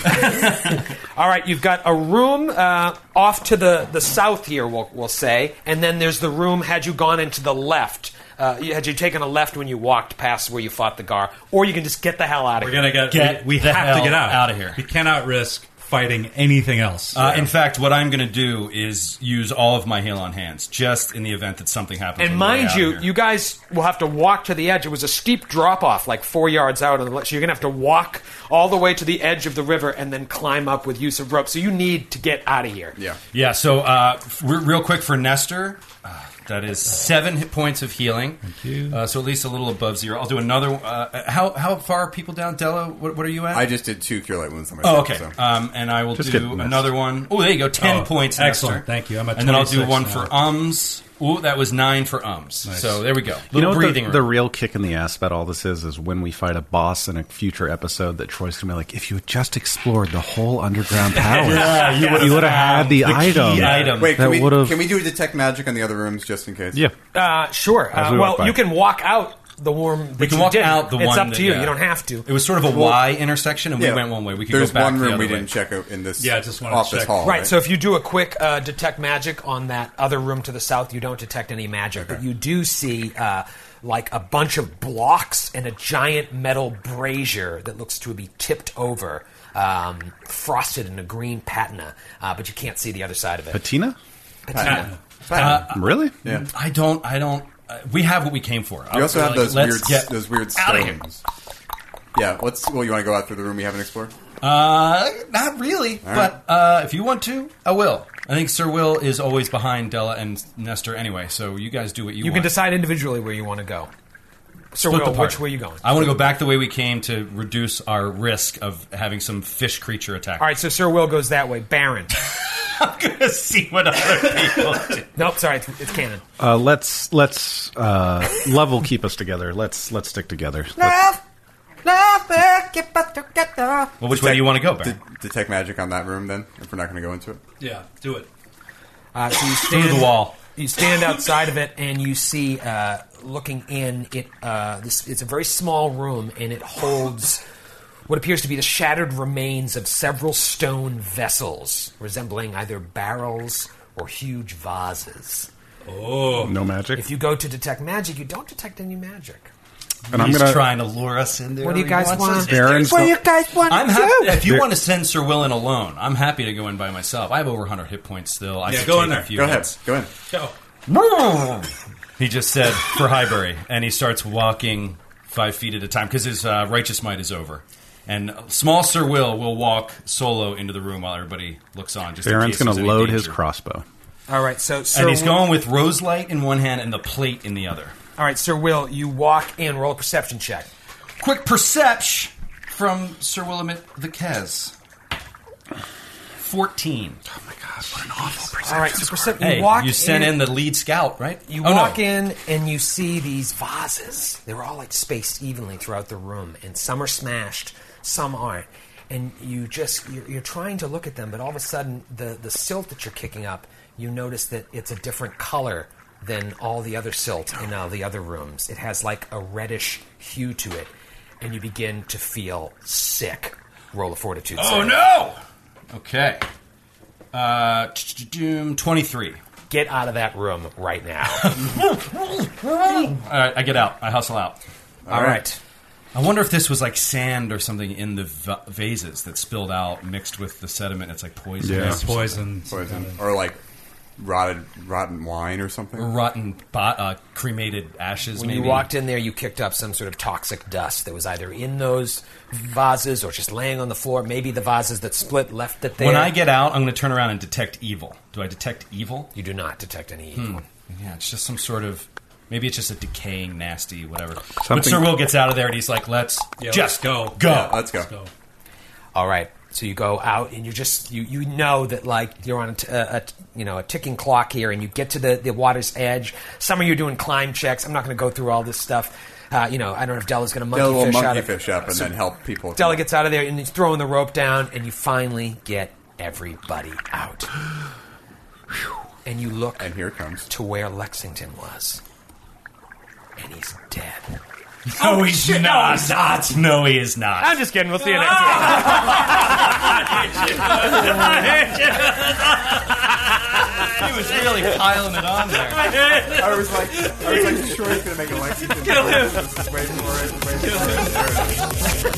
Speaker 8: All right, you've got a room uh, off to the, the south here, we'll, we'll say, and then there's the room had you gone into the left. Uh, you- had you taken a left when you walked past where you fought the Gar, or you can just get the hell out of
Speaker 10: We're
Speaker 8: here.
Speaker 10: gonna get. we we have to get out of here. We cannot risk fighting anything else.
Speaker 11: Uh, in fact, what I'm going to do is use all of my heal on hands, just in the event that something happens. on
Speaker 8: And
Speaker 11: the way
Speaker 8: mind
Speaker 11: out
Speaker 8: you,
Speaker 11: here.
Speaker 8: you guys will have to walk to the edge. It was a steep drop off, like four yards out, on the left, so you're going to have to walk all the way to the edge of the river and then climb up with use of rope. So you need to get out of here.
Speaker 3: Yeah.
Speaker 11: yeah. So, uh, f- re- real quick for Nestor, uh, that is seven hit points of healing. Thank you. Uh, so at least a little above zero. I'll do another. Uh, how how far are people down, Della? What, what are you at?
Speaker 3: I just did two cure light wounds on myself.
Speaker 11: Oh, okay.
Speaker 3: so.
Speaker 11: Um, and I will
Speaker 3: Just
Speaker 11: do
Speaker 3: get missed.
Speaker 11: another one. Oh, there you go. Ten
Speaker 3: Oh,
Speaker 11: points.
Speaker 10: excellent.
Speaker 11: Nestor.
Speaker 10: Thank you. I'm at
Speaker 11: and then I'll do
Speaker 10: 26
Speaker 11: one
Speaker 10: now.
Speaker 11: for ums. Ooh, that was nine for ums.
Speaker 10: Nice.
Speaker 11: So there we go. Little
Speaker 13: You know what
Speaker 11: breathing
Speaker 13: the,
Speaker 11: room.
Speaker 13: the real kick in the ass about all this is is when we fight a boss in a future episode that Troy's gonna be like, if you had just explored the whole underground power,
Speaker 11: Yeah, you would've
Speaker 13: you would have had the,
Speaker 11: found the key
Speaker 13: item.
Speaker 11: item.
Speaker 3: Wait,
Speaker 13: that
Speaker 3: can we,
Speaker 13: would have
Speaker 3: can we do a detect magic on the other rooms just in case?
Speaker 13: Yeah.
Speaker 8: Uh, sure.
Speaker 3: As
Speaker 8: Uh,
Speaker 3: we walk
Speaker 8: well,
Speaker 3: by.
Speaker 8: you can walk out the warm.
Speaker 11: we
Speaker 8: that
Speaker 11: can
Speaker 8: you
Speaker 11: walk
Speaker 8: did.
Speaker 11: out the
Speaker 8: it's
Speaker 11: one.
Speaker 8: up
Speaker 11: that-
Speaker 8: to you.
Speaker 11: yeah.
Speaker 8: You don't have to.
Speaker 11: It was sort of a
Speaker 8: Well,
Speaker 11: Y intersection, and
Speaker 3: Yeah.
Speaker 11: we went one way. We could
Speaker 3: There's
Speaker 11: go back
Speaker 3: one
Speaker 11: the
Speaker 3: room
Speaker 11: other
Speaker 3: we
Speaker 11: way.
Speaker 3: didn't check out in this
Speaker 10: Yeah, I just wanted to
Speaker 3: office
Speaker 10: check.
Speaker 3: hall.
Speaker 8: Right, so if you do a quick uh, detect magic on that other room to the south, you don't detect any magic, but you do see uh, like a bunch of blocks and a giant metal brazier that looks to be tipped over, um, frosted in a green patina, uh, but you can't see the other side of it.
Speaker 13: patina?
Speaker 8: Patina.
Speaker 11: Uh,
Speaker 13: Mm, really?
Speaker 11: I don't. I don't. Uh, we have what we came for.
Speaker 3: You also have those
Speaker 11: Let's
Speaker 3: weird,
Speaker 11: get
Speaker 3: those weird
Speaker 11: out of here.
Speaker 3: stones. Yeah, let's. Well, you want to go out through the room we haven't explored?
Speaker 11: Uh, not really,
Speaker 25: All
Speaker 11: but uh, if you want to, I will. I think Sir Will is always behind Della and Nestor anyway, so you guys do what you,
Speaker 8: You
Speaker 11: want.
Speaker 8: can decide individually where you want to go. Sir
Speaker 11: Split
Speaker 8: Will,
Speaker 11: the party.
Speaker 8: which way you going?
Speaker 11: I want to go back the way we came to reduce our risk of having some fish creature attack.
Speaker 8: All right, so Sir Will goes that way. Baron.
Speaker 11: I'm gonna see what other people do.
Speaker 8: Nope, sorry, it's, it's canon.
Speaker 13: Uh, let's let's uh, love will keep us together. Let's let's stick together.
Speaker 26: Love, love, uh, get back together.
Speaker 11: Well, which way do you want to go, Baron?
Speaker 3: detect magic on that room, then, if we're not going to go into it.
Speaker 27: Yeah, do it.
Speaker 8: Uh, so you
Speaker 3: Through
Speaker 8: stand,
Speaker 3: the wall.
Speaker 8: You stand outside of it, and you see, uh, looking in, it. Uh, this, it's a very small room, and it holds what appears to be the shattered remains of several stone vessels, resembling either barrels or huge vases.
Speaker 11: Oh.
Speaker 13: No magic?
Speaker 8: If you go to detect magic, you don't detect any magic.
Speaker 13: And I'm
Speaker 11: He's
Speaker 13: gonna-
Speaker 11: trying to lure us in there.
Speaker 8: What do you guys
Speaker 11: He wants us
Speaker 8: want?
Speaker 11: in there.
Speaker 13: Baron's-
Speaker 8: What do you guys want
Speaker 11: I'm
Speaker 8: to
Speaker 11: happy
Speaker 8: do?
Speaker 11: if you
Speaker 8: There-
Speaker 11: want to send Sir Will in alone. I'm happy to go in by myself. I have over 100 hit points still. I
Speaker 27: Yeah,
Speaker 11: could
Speaker 27: go
Speaker 11: take
Speaker 27: in
Speaker 11: a
Speaker 27: there.
Speaker 11: few
Speaker 27: Go ahead.
Speaker 11: hits.
Speaker 3: Go in.
Speaker 11: Go. He just said for Highbury, and he starts walking five feet at a time because his uh, righteous might is over. And small Sir Will will walk solo into the room while everybody looks on. Just in
Speaker 13: Baron's
Speaker 11: case
Speaker 13: going
Speaker 11: there's
Speaker 13: to
Speaker 11: any
Speaker 13: load his
Speaker 11: danger.
Speaker 13: crossbow.
Speaker 8: All right, so Sir
Speaker 11: and he's
Speaker 8: Will-
Speaker 11: going with rose light in one hand and the plate in the other.
Speaker 8: All right, Sir Will, you walk in. Roll a perception check.
Speaker 11: Quick perception from Sir Willamette the Kez. 14. Oh my god, what an awful
Speaker 8: All right, so percep-
Speaker 11: Hey,
Speaker 8: you walk
Speaker 11: you sent in,
Speaker 8: in
Speaker 11: the lead scout, right?
Speaker 8: You
Speaker 11: Oh, no.
Speaker 8: walk in and you see these vases. They were all like spaced evenly throughout the room, and some are smashed, some aren't. And you just you're, you're trying to look at them, but all of a sudden the the silt that you're kicking up, you notice that it's a different color than all the other silt in all the other rooms. It has like a reddish hue to it, and you begin to feel sick. Roll a fortitude.
Speaker 11: Oh
Speaker 8: save.
Speaker 11: no! Okay. Uh, 23.
Speaker 8: Get out of that room right now.
Speaker 11: All right, I get out. I hustle out. Um,
Speaker 8: All right.
Speaker 11: I wonder if this was like sand or something in the va- vases that spilled out mixed with the sediment. It's like poison. or something.
Speaker 3: poison, or like rotted, rotten wine or something.
Speaker 11: Or rotten, bo- uh, cremated ashes.
Speaker 8: When
Speaker 11: maybe.
Speaker 8: you walked in there, you kicked up some sort of toxic dust that was either in those vases or just laying on the floor. Maybe the vases that split left it there.
Speaker 11: When I get out, I'm going to turn around and detect evil. Do I detect evil?
Speaker 8: You do not detect any
Speaker 11: evil. Yeah, it's just some sort of. Maybe it's just a decaying, nasty, whatever. But
Speaker 8: Something-
Speaker 11: Sir Will gets out of there and he's like, let's
Speaker 8: Yeah,
Speaker 11: just
Speaker 8: let's
Speaker 11: go.
Speaker 8: go.
Speaker 11: Oh, Go.
Speaker 8: Yeah, let's
Speaker 3: go.
Speaker 8: all right, so you go out and you just you you know that like you're on a, t- a, a t- you know a ticking clock here, and you get to the the water's edge. Some of you are doing climb checks. I'm not going to go through all this stuff. Uh, you know, I don't know if Della's going to
Speaker 3: Get a
Speaker 8: monkey
Speaker 3: little
Speaker 8: fish out
Speaker 3: monkey
Speaker 8: of
Speaker 3: fish up and
Speaker 8: So
Speaker 3: then help people.
Speaker 8: Della gets out of there and he's throwing the rope down, and you finally get everybody out. And you look and
Speaker 3: here comes
Speaker 8: to where Lexington was, and he's dead.
Speaker 11: No, he's not. No, he's not. No, he is not.
Speaker 8: I'm just kidding. We'll see you next
Speaker 11: he was really piling it on there.
Speaker 3: I was like, I was like, sure he's gonna make a Lexington.
Speaker 26: Kill him.
Speaker 3: Just Wait for it. Wait for it.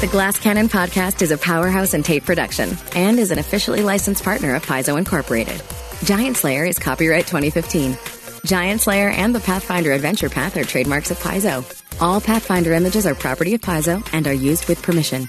Speaker 28: The Glass Cannon podcast is a powerhouse and tape production and is an officially licensed partner of Paizo Incorporated. Giant Slayer is copyright 2015. Giant Slayer and the Pathfinder Adventure Path are trademarks of Paizo. All Pathfinder images are property of Paizo and are used with permission.